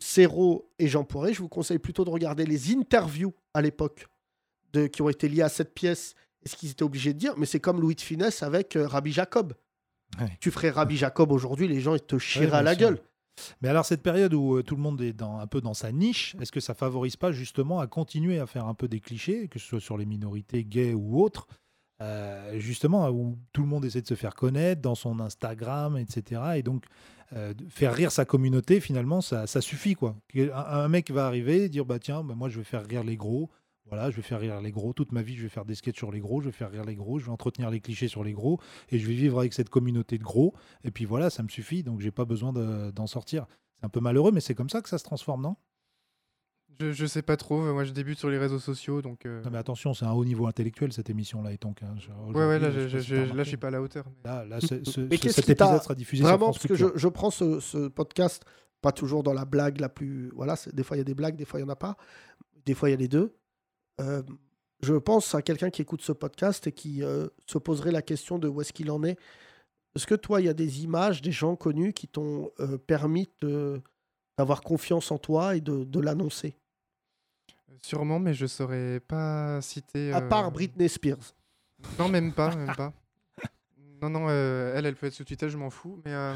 C: Serrault et Jean Poiret, je vous conseille plutôt de regarder les interviews à l'époque de- qui ont été liées à cette pièce et ce qu'ils étaient obligés de dire. Mais c'est comme Louis de Funès avec euh, Rabbi Jacob.
D: Ouais.
C: Tu ferais Rabbi Jacob aujourd'hui, les gens ils te chieraient
D: Ouais,
C: à
D: bien
C: la
D: sûr.
C: gueule.
D: Mais alors cette période où euh, tout le monde est dans, un peu dans sa niche, est-ce que ça favorise pas justement à continuer à faire un peu des clichés, que ce soit sur les minorités gays ou autres, euh, justement où tout le monde essaie de se faire connaître dans son Instagram, etc. Et donc euh, de faire rire sa communauté finalement, ça, ça suffit quoi. Que- Un, un mec va arriver et dire bah tiens, bah, moi je vais faire rire les gros. Voilà, je vais faire rire les gros. Toute ma vie, je vais faire des sketchs sur les gros. Je vais faire rire les gros. Je vais entretenir les clichés sur les gros. Et je vais vivre avec cette communauté de gros. Et puis voilà, ça me suffit. Donc, j'ai pas besoin de- d'en sortir. C'est un peu malheureux, mais c'est comme ça que ça se transforme, non
F: Je, je sais pas trop. euh, Moi, je débute sur les réseaux sociaux, donc. euh,
D: Non, mais attention, c'est un haut niveau intellectuel cette émission-là, et donc. hein, je-
F: Ouais, ouais, là,
D: aujourd'hui, sais pas
F: je, je,
D: si t'as
F: je- là, je
D: remarqué.
F: suis pas à la hauteur. mais-
D: Là, là, ce- ce-
C: Mais
D: ce-
C: qu'est-ce
D: cet
C: qui t'a-
D: épisode sera diffusé sur
C: Vraiment,
D: France
C: parce que je,
D: Culture.
C: je prends ce, ce podcast pas toujours dans la blague la plus. Voilà, c'est- des fois il y a des blagues, des fois il n'y en a pas. Des fois il y a les deux. Euh, je pense à quelqu'un qui écoute ce podcast et qui euh, se poserait la question de où est-ce qu'il en est. Est-ce que toi, il y a des images, des gens connus qui t'ont euh, permis de- d'avoir confiance en toi et de, de l'annoncer
F: euh, Sûrement, mais je saurais pas citer.
C: À
F: euh,
C: part Britney Spears.
F: Non, même pas, même pas. Non, non, euh, elle, elle peut être sous tutelle, je m'en fous. Mais euh,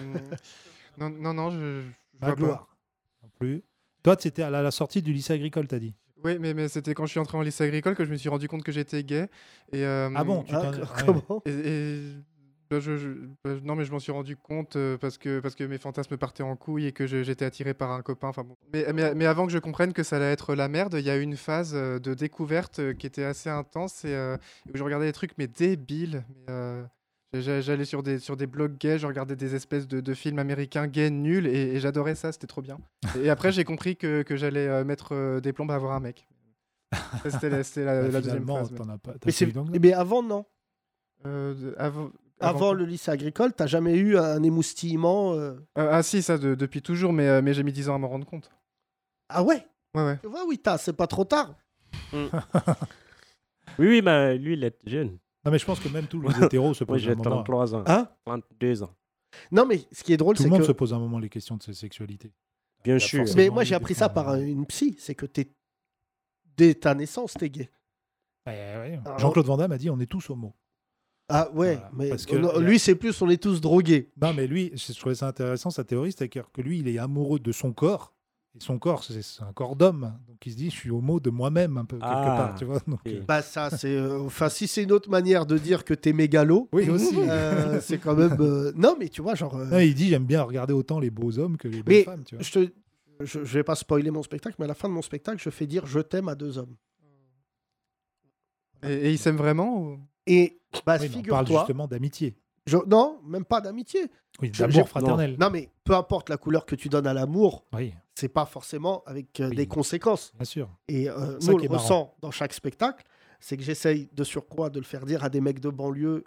F: non, non, non, je. je vois pas.
D: Magloire. Non plus. Toi, c'était à la, la sortie du lycée agricole, t'as dit
F: Oui, mais, mais c'était quand je suis entré en lycée agricole que je me suis rendu compte que j'étais gay. Et, euh,
D: Ah bon, tu
C: Hein,
D: t'en-
C: co-
D: ouais.
C: Comment
F: et- et, bah, je- je- bah, non, mais je m'en suis rendu compte euh, parce que, parce que mes fantasmes partaient en couille et que je- j'étais attiré par un copain. Enfin, bon. mais, mais, mais avant que je comprenne que ça allait être la merde, il y a eu une phase euh, de découverte euh, qui était assez intense et euh, où je regardais des trucs, mais débiles. Mais, euh, j'a- J'allais sur des, sur des blogs gays, je regardais des espèces de, de films américains gays nuls et, et j'adorais ça, c'était trop bien. Et après, j'ai compris que, que j'allais euh, mettre euh, des plombes à avoir un mec. Ça, C'était la, c'était Euh, la-
D: Bah,
F: la deuxième
D: Finalement,
F: phase. mais-
D: t'en as pas. t'as
C: mais,
D: pas
C: c'est-
D: eu d'angle
C: mais avant, non.
F: Euh, de- avant,
C: Avant,
F: avant-
C: le lycée agricole, t'as jamais eu un émoustillement euh,
F: Euh, ah si, ça de- depuis toujours, mais, euh, mais j'ai mis 10 ans à m'en rendre compte.
C: Ah ouais
F: Ouais, ouais.
C: Tu vois, oui, t'as, c'est pas trop tard.
E: Oui, oui, mais lui, il est jeune.
D: Non, mais je pense que même tous les hétéros se
E: Moi,
D: posent un
E: j'ai
D: moment.
E: 33 ans,
C: Hein
E: 32 ans.
C: Non, mais ce qui est drôle,
D: Tout
C: c'est
D: le monde
C: que.
D: se pose un moment les questions de sa sexualité.
C: Bah,
E: Bien
D: a
E: sûr.
D: forcément-
C: Mais moi, j'ai appris ça par
D: hein.
C: euh, une psy. C'est que t'es... dès ta naissance, t'es gay.
D: Ouais, ouais, ouais.
C: Alors-
D: Jean-Claude Van Damme a dit on est tous homo.
C: Ah ouais,
D: Voilà,
C: mais
D: parce que
C: non,
D: y a-
C: lui, c'est plus on est tous drogués.
D: Non, mais lui, je je trouvais ça intéressant, sa théorie, c'est-à-dire que lui, il est amoureux de son corps. Et son corps, c'est c'est un corps d'homme. Donc il se dit, je suis homo de moi-même, un peu, quelque
E: Ah.
D: part. Tu vois Donc,
E: Et-
D: euh,
C: Bah ça, c'est... euh, Enfin, si c'est une autre manière de dire que t'es mégalo,
D: Oui, aussi.
C: euh, c'est quand même... euh, Non, mais tu vois, genre... euh,
D: non, il dit, j'aime bien regarder autant les beaux hommes que les belles
C: Mais-
D: femmes. Tu vois
C: je, te... je, je vais pas spoiler mon spectacle, mais à la fin de mon spectacle, je fais dire je t'aime à deux hommes.
F: Et, et ils s'aiment vraiment ou-
C: Et bah,
D: Oui, mais on parle
C: figure-toi...
D: justement d'amitié.
C: je- Non, même pas d'amitié.
D: Oui,
C: Je-
D: d'amour
C: je-
D: fraternel.
C: Non, mais peu importe la couleur que tu donnes à l'amour,
D: Oui,
C: c'est pas forcément avec euh,
D: Oui.
C: des conséquences.
D: bien sûr.
C: Et euh,
D: ça
C: nous, on
D: qui est
C: le
D: marrant.
C: ressent dans chaque spectacle, c'est que j'essaye de surcroît de le faire dire à des mecs de banlieue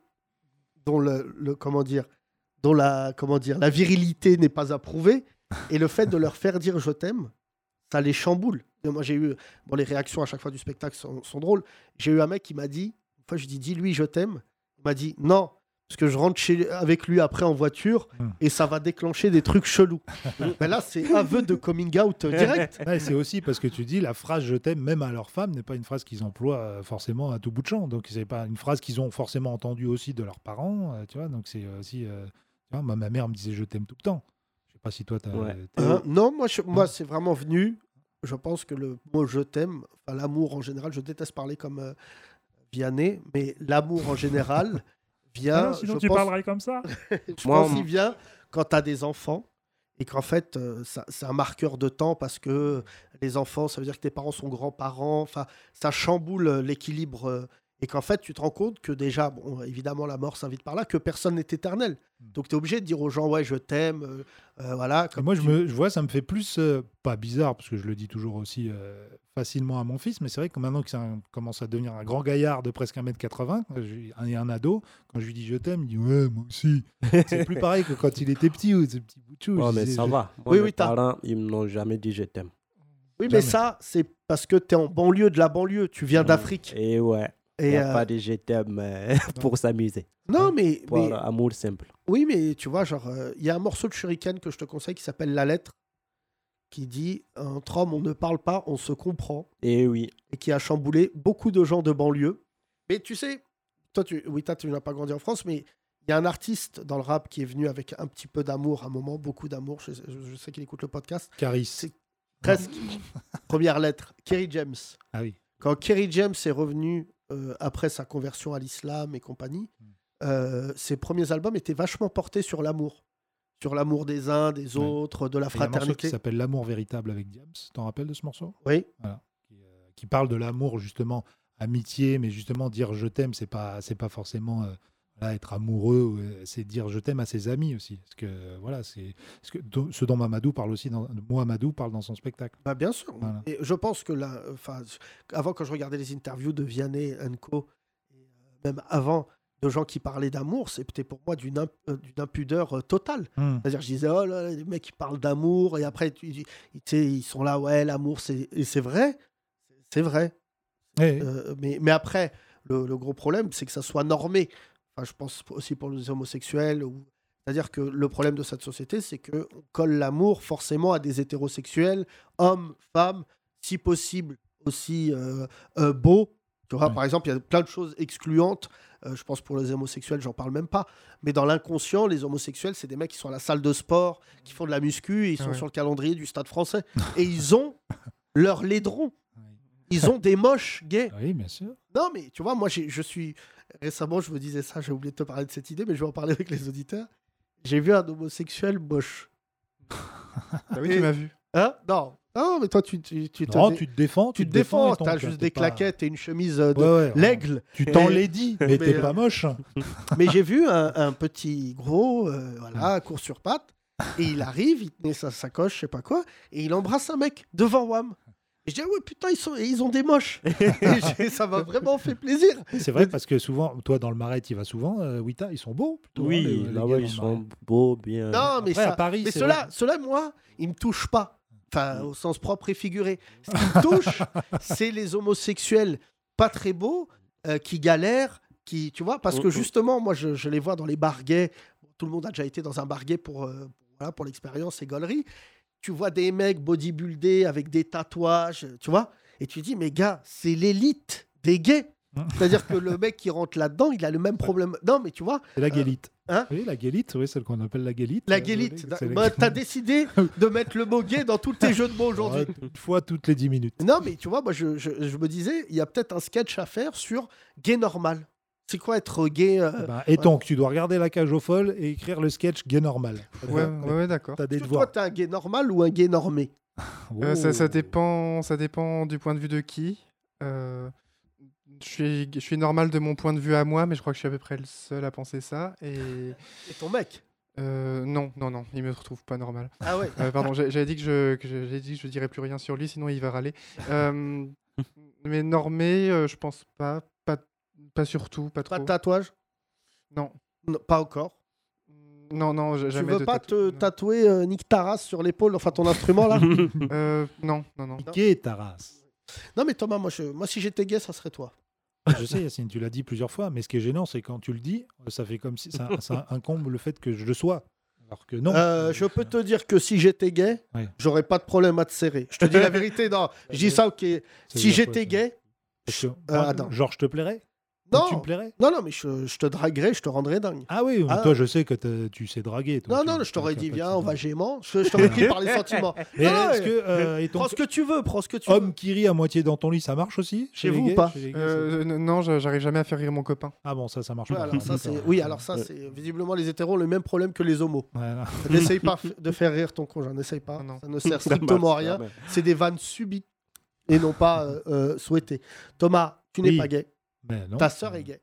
C: dont le, le- comment dire dont la comment dire la virilité n'est pas approuvée et le fait de leur faire dire je t'aime ça les chamboule. Et moi, j'ai eu. Bon, les réactions à chaque fois du spectacle sont, sont drôles. J'ai eu un mec qui m'a dit une fois, je dis, dis lui, je t'aime. Il m'a dit, non, parce que je rentre chez, avec lui après en voiture
D: Hmm.
C: et ça va déclencher des trucs chelous. Mais là, c'est aveu de coming out euh, direct.
D: Ouais, c'est aussi parce que tu dis la phrase je t'aime même à leur femme n'est pas une phrase qu'ils emploient euh, forcément à tout bout de champ. Donc c'est pas une phrase qu'ils ont forcément entendue aussi de leurs parents, euh, tu vois. Donc c'est aussi euh, tu vois, moi, ma mère me disait je t'aime tout le temps. Je sais pas si toi t'as
E: Ouais.
D: t'as-
C: Euh, non, moi, je- moi c'est vraiment venu. Je pense que le mot je t'aime, enfin, l'amour en général, je déteste parler comme euh, Vianney, mais l'amour en général vient.
G: Ah, sinon,
C: je
G: tu
C: pense-
G: parlerais comme ça.
C: Je
E: Moi,
C: pense
E: on-
C: qu'il vient quand tu as des enfants et qu'en fait, euh, ça- c'est un marqueur de temps parce que les enfants, ça veut dire que tes parents sont grands-parents. Enfin, ça chamboule euh, l'équilibre. euh, et qu'en fait, tu te rends compte que déjà, bon, évidemment, la mort s'invite par là, que personne n'est éternel.
G: Hmm.
C: Donc, tu es obligé de dire aux gens, ouais, je t'aime. euh, euh, voilà.
D: Et
C: comme
D: moi, je,
C: tu-
D: me, je vois, ça me fait plus, euh, pas bizarre, parce que je le dis toujours aussi euh, facilement à mon fils, mais c'est vrai que maintenant que ça commence à devenir un grand gaillard de presque 1m80, quand je- un, et un ado, quand je lui dis je t'aime, il dit ouais, moi aussi. C'est plus pareil que quand il était petit ou ce petit bout de chou,
E: Oh,
D: je
E: mais
D: disais,
E: ça
D: je-
E: va. Moi,
C: Oui,
E: mes
C: oui, t'as-
E: parents, ils m'ont jamais dit je t'aime.
C: Oui,
D: Jamais.
C: mais ça, c'est parce que tu es en banlieue de la banlieue. Tu viens
E: Mm.
C: d'Afrique.
E: Et ouais, il
C: Et,
E: a
C: euh,
E: pas de je t'aime euh, pour s'amuser,
C: non, mais,
E: pour
C: mais-
E: amour simple.
C: Oui, mais tu vois, genre, euh, il y a un morceau de Shuriken que je te conseille qui s'appelle La Lettre, qui dit Entre hommes, on ne parle pas, on se comprend,
E: Et Eh oui,
C: et qui a chamboulé beaucoup de gens de banlieue. Mais tu sais, toi, tu, oui, toi, tu n'as pas grandi en France, mais il y a un artiste dans le rap qui est venu avec un petit peu d'amour à un moment, beaucoup d'amour. Je, je sais qu'il écoute le podcast.
D: Caris.
C: C'est- Presque. Première lettre, Kerry James.
D: Ah oui.
C: Quand Kerry James est revenu euh, après sa conversion à l'islam et compagnie,
D: Mm.
C: euh, ses premiers albums étaient vachement portés sur l'amour. Sur l'amour des uns, des
D: Ouais.
C: autres, de la
D: Il y a un morceau qui
C: fraternité.
D: s'appelle L'amour véritable avec Diams. T'en rappelles de ce morceau
C: Oui,
D: qui, euh, qui parle de l'amour justement amitié mais justement dire je t'aime c'est pas c'est pas forcément euh, voilà, être amoureux ou, euh, c'est dire je t'aime à ses amis aussi parce que euh, voilà c'est ce que do- ce dont Mamadou parle aussi dans Mamadou parle dans son spectacle
C: bah, bien sûr.
D: Voilà.
C: Et je pense que là, enfin, avant quand je regardais les interviews de Vianney Co, et, euh, même avant de gens qui parlaient d'amour, c'était pour moi d'une imp- euh, d'une impudeur euh, totale. C'est-à-dire, je disais, oh là, là, les mecs, ils parlent d'amour, et après, tu- tu- tu sais, ils sont là, ouais, l'amour, c'est et c'est vrai. C'est vrai.
D: Eh,
C: Euh, mais, mais après, le, le gros problème, c'est que ça soit normé. Enfin, je pense aussi pour les homosexuels. ou- C'est-à-dire que le problème de cette société, c'est que on colle l'amour forcément à des hétérosexuels, hommes, femmes, si possible aussi euh, euh, beaux. Tu vois,
D: Ouais.
C: par exemple, il y a plein de choses excluantes. Euh, je pense pour les homosexuels, j'en parle même pas. Mais dans l'inconscient, les homosexuels, c'est des mecs qui sont à la salle de sport, qui font de la muscu, et ils sont
F: Ouais.
C: sur le calendrier du Stade français. et ils ont leur laidron. Ils ont des moches gays.
D: oui bien sûr
C: Non, mais tu vois, moi, j'ai- je suis. Récemment, je me disais ça, j'ai oublié de te parler de cette idée, mais je vais en parler avec les auditeurs. J'ai vu un homosexuel moche.
F: Bah oui, tu m'as vu.
C: Hein Non. Non, mais toi, tu, tu, tu te,
D: Non,
C: dé-
D: tu te défends
C: tu te
D: et
C: défends,
D: ton-
C: t'as
D: tu vois,
C: juste
D: t'es
C: des
D: pas-
C: claquettes et une chemise euh, de
D: Ouais, ouais,
C: l'aigle.
D: tu t'en
C: Et-
D: laidis mais t'es
C: Mais, euh,
D: pas moche
C: Mais j'ai vu un, un petit gros, euh, voilà, court sur pattes, et il arrive, il tenait sa sacoche, je sais pas quoi, et il embrasse un mec devant Wam. Et je dis, ah ouais, putain, ils, sont, ils ont des moches. Et j'ai- ça m'a vraiment fait plaisir.
D: c'est vrai parce que souvent toi dans le marais tu vas souvent euh, Wita ils sont beaux plutôt, hein, les-
E: oui,
D: les gars
E: là
D: dans
E: ouais,
D: le
E: ils
D: Marais.
E: sont beaux, bien.
C: Non, mais
D: Après,
C: ça,
D: à Paris
C: Mais
D: c'est
C: cela,
D: vrai. Mm.
C: cela, moi, il me touche pas. Enfin, au sens propre et figuré. Ce qui me touche, c'est les homosexuels pas très beaux euh, qui galèrent, qui, tu vois,
D: Mm,
C: parce que
E: Mhm.
C: justement, moi, je, je les vois dans les bars gays. Tout le monde a déjà été dans un bar gay pour, euh, voilà, pour l'expérience et gaulerie. Tu vois des mecs bodybuildés avec des tatouages, tu vois, et tu dis, mais gars, c'est l'élite des gays.
D: Mm.
C: C'est-à-dire que le mec qui rentre là-dedans, il a le même problème. Non, mais tu vois,
D: c'est la guélite
C: hein
D: oui la guélite oui celle qu'on appelle la guélite
C: la
D: euh,
C: guélite.
D: c'est la-
C: Bah, T'as décidé de mettre le mot gay dans tous tes jeux de mots Bah, aujourd'hui.
D: Ouais, Une fois toutes les 10 minutes.
C: Non, mais tu vois, moi, je, je- je me disais, il y a peut-être un sketch à faire sur gay normal. C'est quoi être gay euh,
D: Ben, et donc, tu dois regarder la cage aux folles et écrire le sketch gay normal.
F: Ouais, ouais, ouais, d'accord.
D: T'as des
C: est-ce que Toi,
D: devoirs.
C: t'es un gay normal ou un gay normé
F: Euh, ça, ça
D: Oh.
F: dépend, ça dépend du point de vue de qui. Euh, je suis, je suis normal de mon point de vue à moi, mais je crois que je suis à peu près le seul à penser ça. Et
C: Et ton mec
F: euh, non, non, non, il me retrouve pas normal.
C: Ah ouais
F: Euh, pardon, j'ai- j'avais dit que je, que je- j'ai dit que je dirais plus rien sur lui, sinon il va râler. Euh, mais normé, euh, je pense pas, pas, pas surtout, pas
C: Pas
F: trop.
C: de tatouage
F: non.
C: Non, Pas encore.
F: Mm, Non, non, j'ai
C: Tu
F: jamais
C: veux
F: de
C: pas
F: tatou-
C: te
F: non.
C: tatouer euh, Nick Taras sur l'épaule, enfin ton instrument là
F: Euh, non, non, non.
D: Piqué Oh. ta race.
C: Non mais Thomas, moi, je- moi si j'étais gay, ça serait toi.
D: Je sais, Yacine, tu l'as dit plusieurs fois, mais ce qui est gênant, c'est quand tu le dis, ça fait comme si ça, ça incombe le fait que je le sois. Alors que non.
C: Euh, je peux te dire que si j'étais gay,
D: Ouais.
C: j'aurais pas de problème à te serrer. Je te dis la vérité, non. Je dis ça, ok.
D: Ça veut
C: Si
D: dire quoi,
C: j'étais
D: ça
C: gay,
D: Parce que,
C: Ah,
D: moi,
C: non.
D: genre, je te plairais Ou Tu me
C: non.
D: plairais
C: Non, non, mais je, je te draguerais, je te rendrais dingue.
D: Ah oui, mais
C: Ah.
D: toi, je sais que t'as- tu sais draguer. toi,
C: Non,
D: tu-
C: non, je t'aurais
D: t'as
C: dit,
D: pas de
C: viens, on va
D: problème.
C: gênement. Je, je t'aurais pris par les sentiments.
D: Mais
C: Non, non,
D: est-ce que. euh, et ton
C: Prends ce que tu veux, prends ce que tu
D: homme qui rit à moitié dans ton lit, ça marche aussi
C: Chez
D: les
C: vous ou
D: gays
C: pas
D: Chez les gays,
F: Euh, n- non, je- j'arrive jamais à faire rire mon copain.
D: c'est- Ah bon, ça, ça marche
C: veux. Ouais,
D: pas.
C: alors ça,
D: D'accord.
C: c'est- oui, alors ça, c'est visiblement les hétéros ont le même problème que les homos.
D: Ouais, non.
C: N'essaye pas f- de faire rire ton conjoint, n'essaye pas.
F: Non, non.
C: Ça ne sert
E: Ça
C: strictement à
E: marche,
C: rien.
E: ça, mais-
C: C'est des vannes subies et non pas euh, euh, souhaitées. Thomas, tu n'es
D: Oui.
C: pas gay.
D: Mais non.
C: Ta sœur est gay.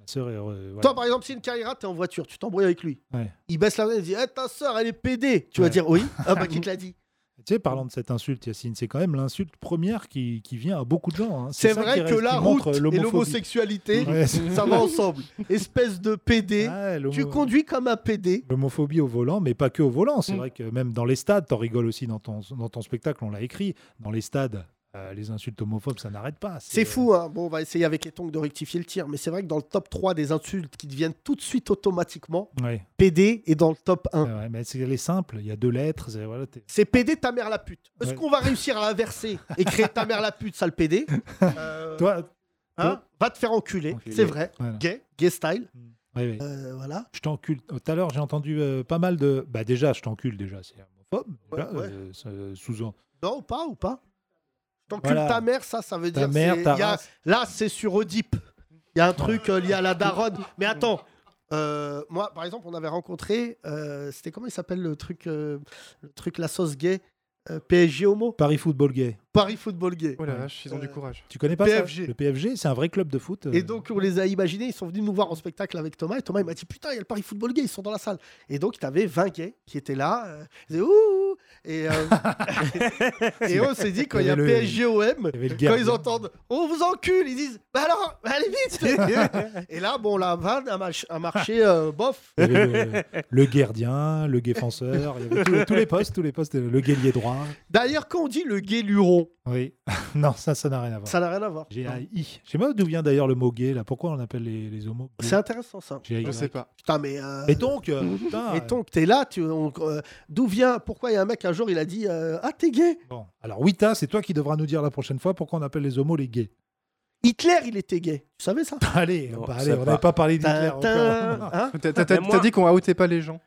D: Ma sœur est heureuse, voilà.
C: Toi, par exemple, si une carrière, t'es en voiture, tu t'embrouilles avec lui.
D: Ouais.
C: Il baisse la main et dit Eh, Ta sœur, elle est pédée. Tu vas
D: Ouais.
C: dire Oui. Ah, bah, qui te l'a dit
D: Tu sais, parlant de cette insulte, Yacine, c'est quand même l'insulte première qui, qui vient à beaucoup de gens. hein.
C: C'est
D: ça qui
C: vrai que
D: reste-
C: la
D: qui
C: route
D: montre
C: et
D: l'homophobie.
C: l'homosexualité,
D: Ouais, c'est-
C: ça va ensemble. Espèce de pédé.
D: Mhm. Ah, l'homo-
C: tu conduis comme un pédé.
D: L'homophobie au volant, mais pas que au volant. C'est
F: Mm.
D: vrai que même dans les stades, t'en rigoles aussi dans ton, dans ton spectacle, on l'a écrit. Dans les stades, euh, les insultes homophobes, ça n'arrête pas.
C: C'est fou, hein. Bon, on va essayer avec les tongs de rectifier le tir, mais c'est vrai que dans le top 3 des insultes qui deviennent tout de suite automatiquement,
D: euh, Ouais,
C: PD est dans le top 1.
D: c'est vrai, mais c'est elle est simple. Il y a deux lettres. c'est- Voilà, t'es-
C: C'est PD ta mère la pute. Est-ce
D: Ouais.
C: qu'on va réussir à l'inverser et créer ta mère la pute, sale PD Euh,
D: Toi,
C: hein, Va te faire enculer,
D: Enculé.
C: c'est vrai.
D: voilà.
C: Gay, gay style.
D: Ouais, ouais.
C: Euh, voilà.
D: Je t'encule. Tout à l'heure, j'ai entendu euh, pas mal de. Bah déjà, je t'encule déjà, c'est homophobe. déjà,
C: Ouais, ouais.
D: euh, ça- sous
C: Non ou pas ou pas T'encules
D: Voilà.
C: ta mère, ça, ça veut
D: Ta
C: dire.
D: mère,
C: c'est-
D: ta
C: il y a-
D: race.
C: Là, c'est sur Oedipe. Il y a un truc euh, lié à la daronne. Mais attends, euh, moi, par exemple, on avait rencontré. euh, C'était comment il s'appelle le truc, euh, le truc la sauce gay euh, PSG homo
D: Paris football gay.
C: Paris football gay.
F: Oh la
D: Ouais.
F: vache, ils ont du
C: Euh,
F: courage.
D: Tu connais pas
C: PFG.
D: ça Le PFG, c'est un vrai club de foot. euh,
C: Et donc, on les a imaginés, ils sont venus nous voir en spectacle avec Thomas. Et Thomas, il m'a dit Putain, il y a le Paris Football Gay, ils sont dans la salle. Et donc, tu avais 20 gays qui étaient là. euh, ils disaient Ouh, Ouh Et, euh, et on s'est dit, quand il y a
D: Il y avait le-
C: PSG-OM,
D: il y avait le
C: quand
D: gardien.
C: ils entendent On vous encule, ils disent Bah alors, allez vite Et là, bon, la vanne a, mach- a marché euh, bof.
D: Il y avait le, le gardien, le défenseur, il y avait tous, tous les postes, tous les postes, euh, le guélier droit.
C: D'ailleurs, quand on dit le gay luron,
D: Oui. non, ça, ça n'a rien à voir.
C: ça n'a rien à voir.
D: J'ai un i. Je sais pas d'où vient d'ailleurs le mot gay, là. Pourquoi on appelle les, les homos gays
C: C'est intéressant ça.
D: J'ai
F: Je
D: un i.
F: sais pas.
C: Putain, mais. euh,
D: Et donc, euh, putain,
C: Et donc, t'es là, tu, on- euh, d'où vient Pourquoi il y a un mec un jour, il a dit euh, Ah, t'es gay
D: euh, bon. Alors, Wita, c'est toi qui devras nous dire la prochaine fois pourquoi on appelle les homos les gays.
C: Hitler, il était gay. Tu savais ça
D: Allez,
E: Non,
D: bah,
E: je
D: allez,
E: sais
D: on
E: pas.
D: n'avait pas parlé d'Hitler
C: Tintin,
D: encore. Ah
C: hein
F: T'as- t'as- T'as
E: Mais
F: t'as
E: moi-
F: dit qu'on outait pas les gens.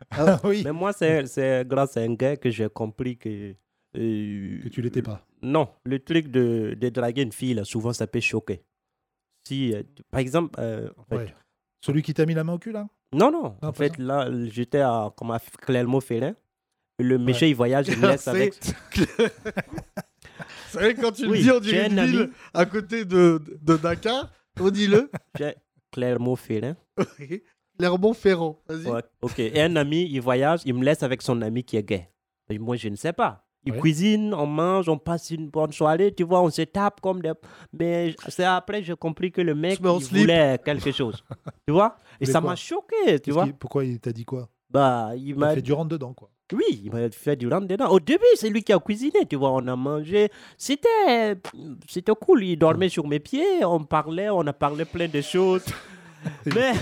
D: oui.
E: Mais moi, c'est c'est grâce à un gars que j'ai compris que. euh,
D: Que tu l'étais pas.
E: Non, le truc de, de draguer une fille, là, souvent, ça peut choquer. Si, euh, tu- par exemple, euh, en fait-
D: Ouais. Celui qui t'a mis la main au cul, là
E: non, non,
D: Ah,
E: en
D: pas
E: fait, là, j'étais à, comme à F- Clermont-Ferrand. Le méchant, il voyage, il me laisse
C: C'est-
E: avec.
C: C'est vrai que quand tu le
E: Oui,
C: dis, on dirait
E: j'ai
C: une
E: un ami.
C: ville à côté de, de Dakar. On dit le
E: j'ai Clermont-Ferrand.
C: Clermont-Ferrand. Vas-y.
E: Ouais, ok. Et un ami, il voyage, il me laisse avec son ami qui est gay. Et moi, je ne sais pas. Il
D: Ouais.
E: cuisine, on mange, on passe une bonne soirée, tu vois, on se tape comme des. Mais c'est après, j'ai compris que le mec,
C: mets en
E: il
C: slip.
E: voulait quelque chose. tu vois Et
D: voulait
E: ça
D: quoi
E: m'a choqué, tu
D: Qu'est-ce
E: vois.
D: qui- Pourquoi il t'a dit quoi
E: Bah, il
D: Il a
E: m'a
D: fait du rentre dedans, quoi.
E: Oui, il m'a fait du rentre dedans. Au début, c'est lui qui a cuisiné, tu vois, on a mangé. C'était, c'était cool, il dormait sur mes pieds, on parlait, on a parlé plein de choses. Mais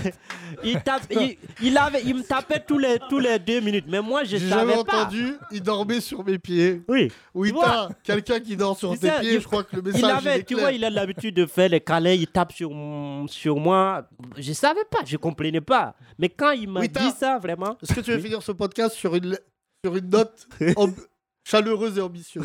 E: il, tape, il, il avait, il me tapait tous les, tous les deux minutes, mais moi, je
C: J'ai
E: savais
C: jamais
E: pas.
C: entendu, il dormait sur mes pieds.
E: Oui,
C: Oui,
E: Tu vois
C: t'as quelqu'un qui dort sur
E: Tu
C: tes
E: sais,
C: pieds,
E: il-
C: je crois que le
E: il
C: message il
E: avait,
C: est
E: tu
C: clair.
E: vois, il a l'habitude de faire les câlins, il tape sur, mon- sur moi. Je savais pas, je comprenais pas. Mais quand il m'a
C: Oui, t'as-
E: dit ça, vraiment,
C: Est-ce que tu veux finir ce podcast sur une, sur une note amb- chaleureuse et ambitieuse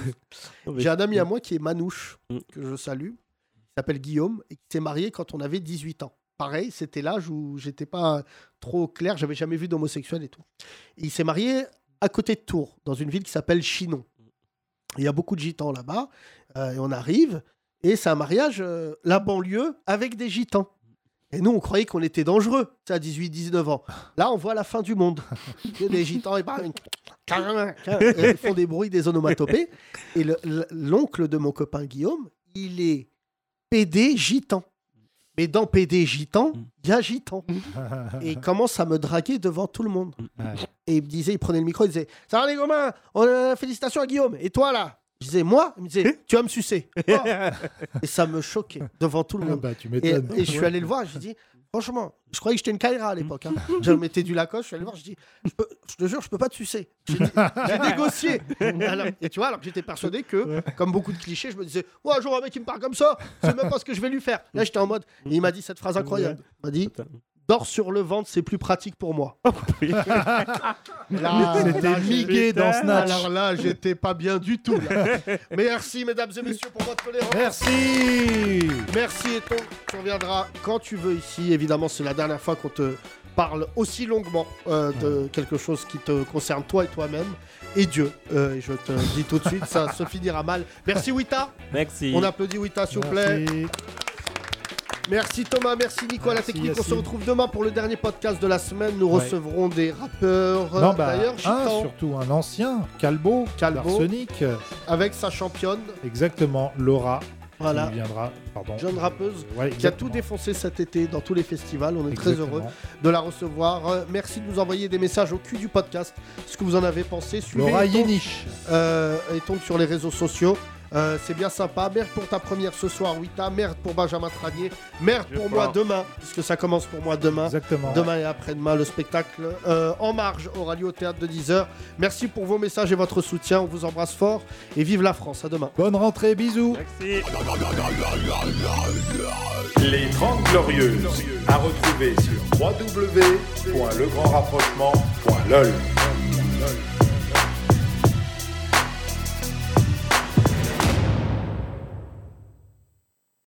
C: J'ai un ami à moi qui est manouche,
E: Mm.
C: que je salue. Il s'appelle Guillaume et qui s'est marié quand on avait 18 ans. Pareil, c'était l'âge où j'étais pas trop clair, j'avais jamais vu d'homosexuel et tout. Il s'est marié à côté de Tours, dans une ville qui s'appelle Chinon. Il y a beaucoup de gitans là-bas. euh, et on arrive, et c'est un mariage, euh, la banlieue, avec des gitans. Et nous, on croyait qu'on était dangereux, tu sais, à 18-19 ans. Là, on voit la fin du monde. Il y a des gitans, ils parlent, ils font des bruits, des onomatopées. Et le- l'oncle de mon copain Guillaume, il est PD gitan. Mais dans PD Gitan,
E: Mm. Mm.
C: il y a Gitan.
D: Ah,
C: Et il commence à me draguer devant tout le monde.
D: Ouais.
C: Et il me disait, il prenait le micro, il disait Ça va les gomins On, euh, Félicitations à Guillaume. Et toi là Je disais Moi Il me disait Tu vas me sucer. Oh. et ça me choquait devant tout le
D: Ah
C: monde.
D: bah, tu
C: Et,
D: m'étonnes.
C: et je suis allé le voir, j'ai dit, franchement, je croyais que j'étais une Kyra à l'époque. hein. Je mettais du Lacoste, je suis allé le voir, je dis, je, peux- je te jure, je peux pas te sucer. J'ai dé- j'ai négocié. Alors- et tu vois, alors que j'étais persuadé que, comme beaucoup de clichés, je me disais, ouais, un jour un mec qui me parle comme ça, c'est même pas ce que je vais lui faire. Là, j'étais en mode, et il m'a dit cette phrase incroyable. Il m'a dit, dors sur le ventre, c'est plus pratique pour moi. Là, là,
D: C'était migué
C: j'étais-
D: dans Snatch.
C: Alors là, j'étais pas bien du tout. là. Merci, mesdames et messieurs, pour votre tolérance.
D: Merci
C: Merci Eton, tu reviendras quand tu veux ici. Évidemment, c'est la dernière fois qu'on te parle aussi longuement euh, de quelque chose qui te concerne toi et toi-même et Dieu. Euh, et je te dis tout de suite, ça se finira mal. Merci Wita,
E: Merci.
C: on applaudit Wita s'il vous plaît.
D: Merci.
C: Merci Thomas, merci Nico à la
D: Merci,
C: technique. On se
D: Yacine.
C: retrouve demain pour le dernier podcast de la semaine. Nous
D: Ouais.
C: recevrons des rappeurs, euh,
D: Non, bah,
C: d'ailleurs,
D: un,
C: Gitan,
D: surtout un ancien, Calbo,
C: Calbo.
D: Arsenic,
C: avec sa championne,
D: exactement, Laura,
C: voilà,
D: qui viendra, pardon.
C: jeune rappeuse.
D: Ouais,
C: Qui a
D: exactement.
C: tout défoncé cet été dans tous les festivals. On est très
D: Exactement.
C: heureux. de la recevoir. Euh, merci de nous envoyer des messages au cul du podcast, ce que vous en avez pensé. Suivez
D: Laura
C: et tombe,
D: Yenich.
C: euh, et tombe sur les réseaux sociaux. Euh, c'est bien sympa. Merde pour ta première ce soir, Wita. Merde pour Benjamin Tranier. Merde
E: Je
C: pour
E: prends.
C: moi demain, puisque ça commence pour moi demain.
D: Exactement.
C: Demain et après-demain, le spectacle euh, En Marge aura lieu au théâtre de 10h. Merci pour vos messages et votre soutien. On vous embrasse fort et vive la France. À demain.
D: Bonne rentrée, bisous.
E: Merci.
G: Les 30 Glorieuses, à retrouver sur www.legrandrapprochement.lol.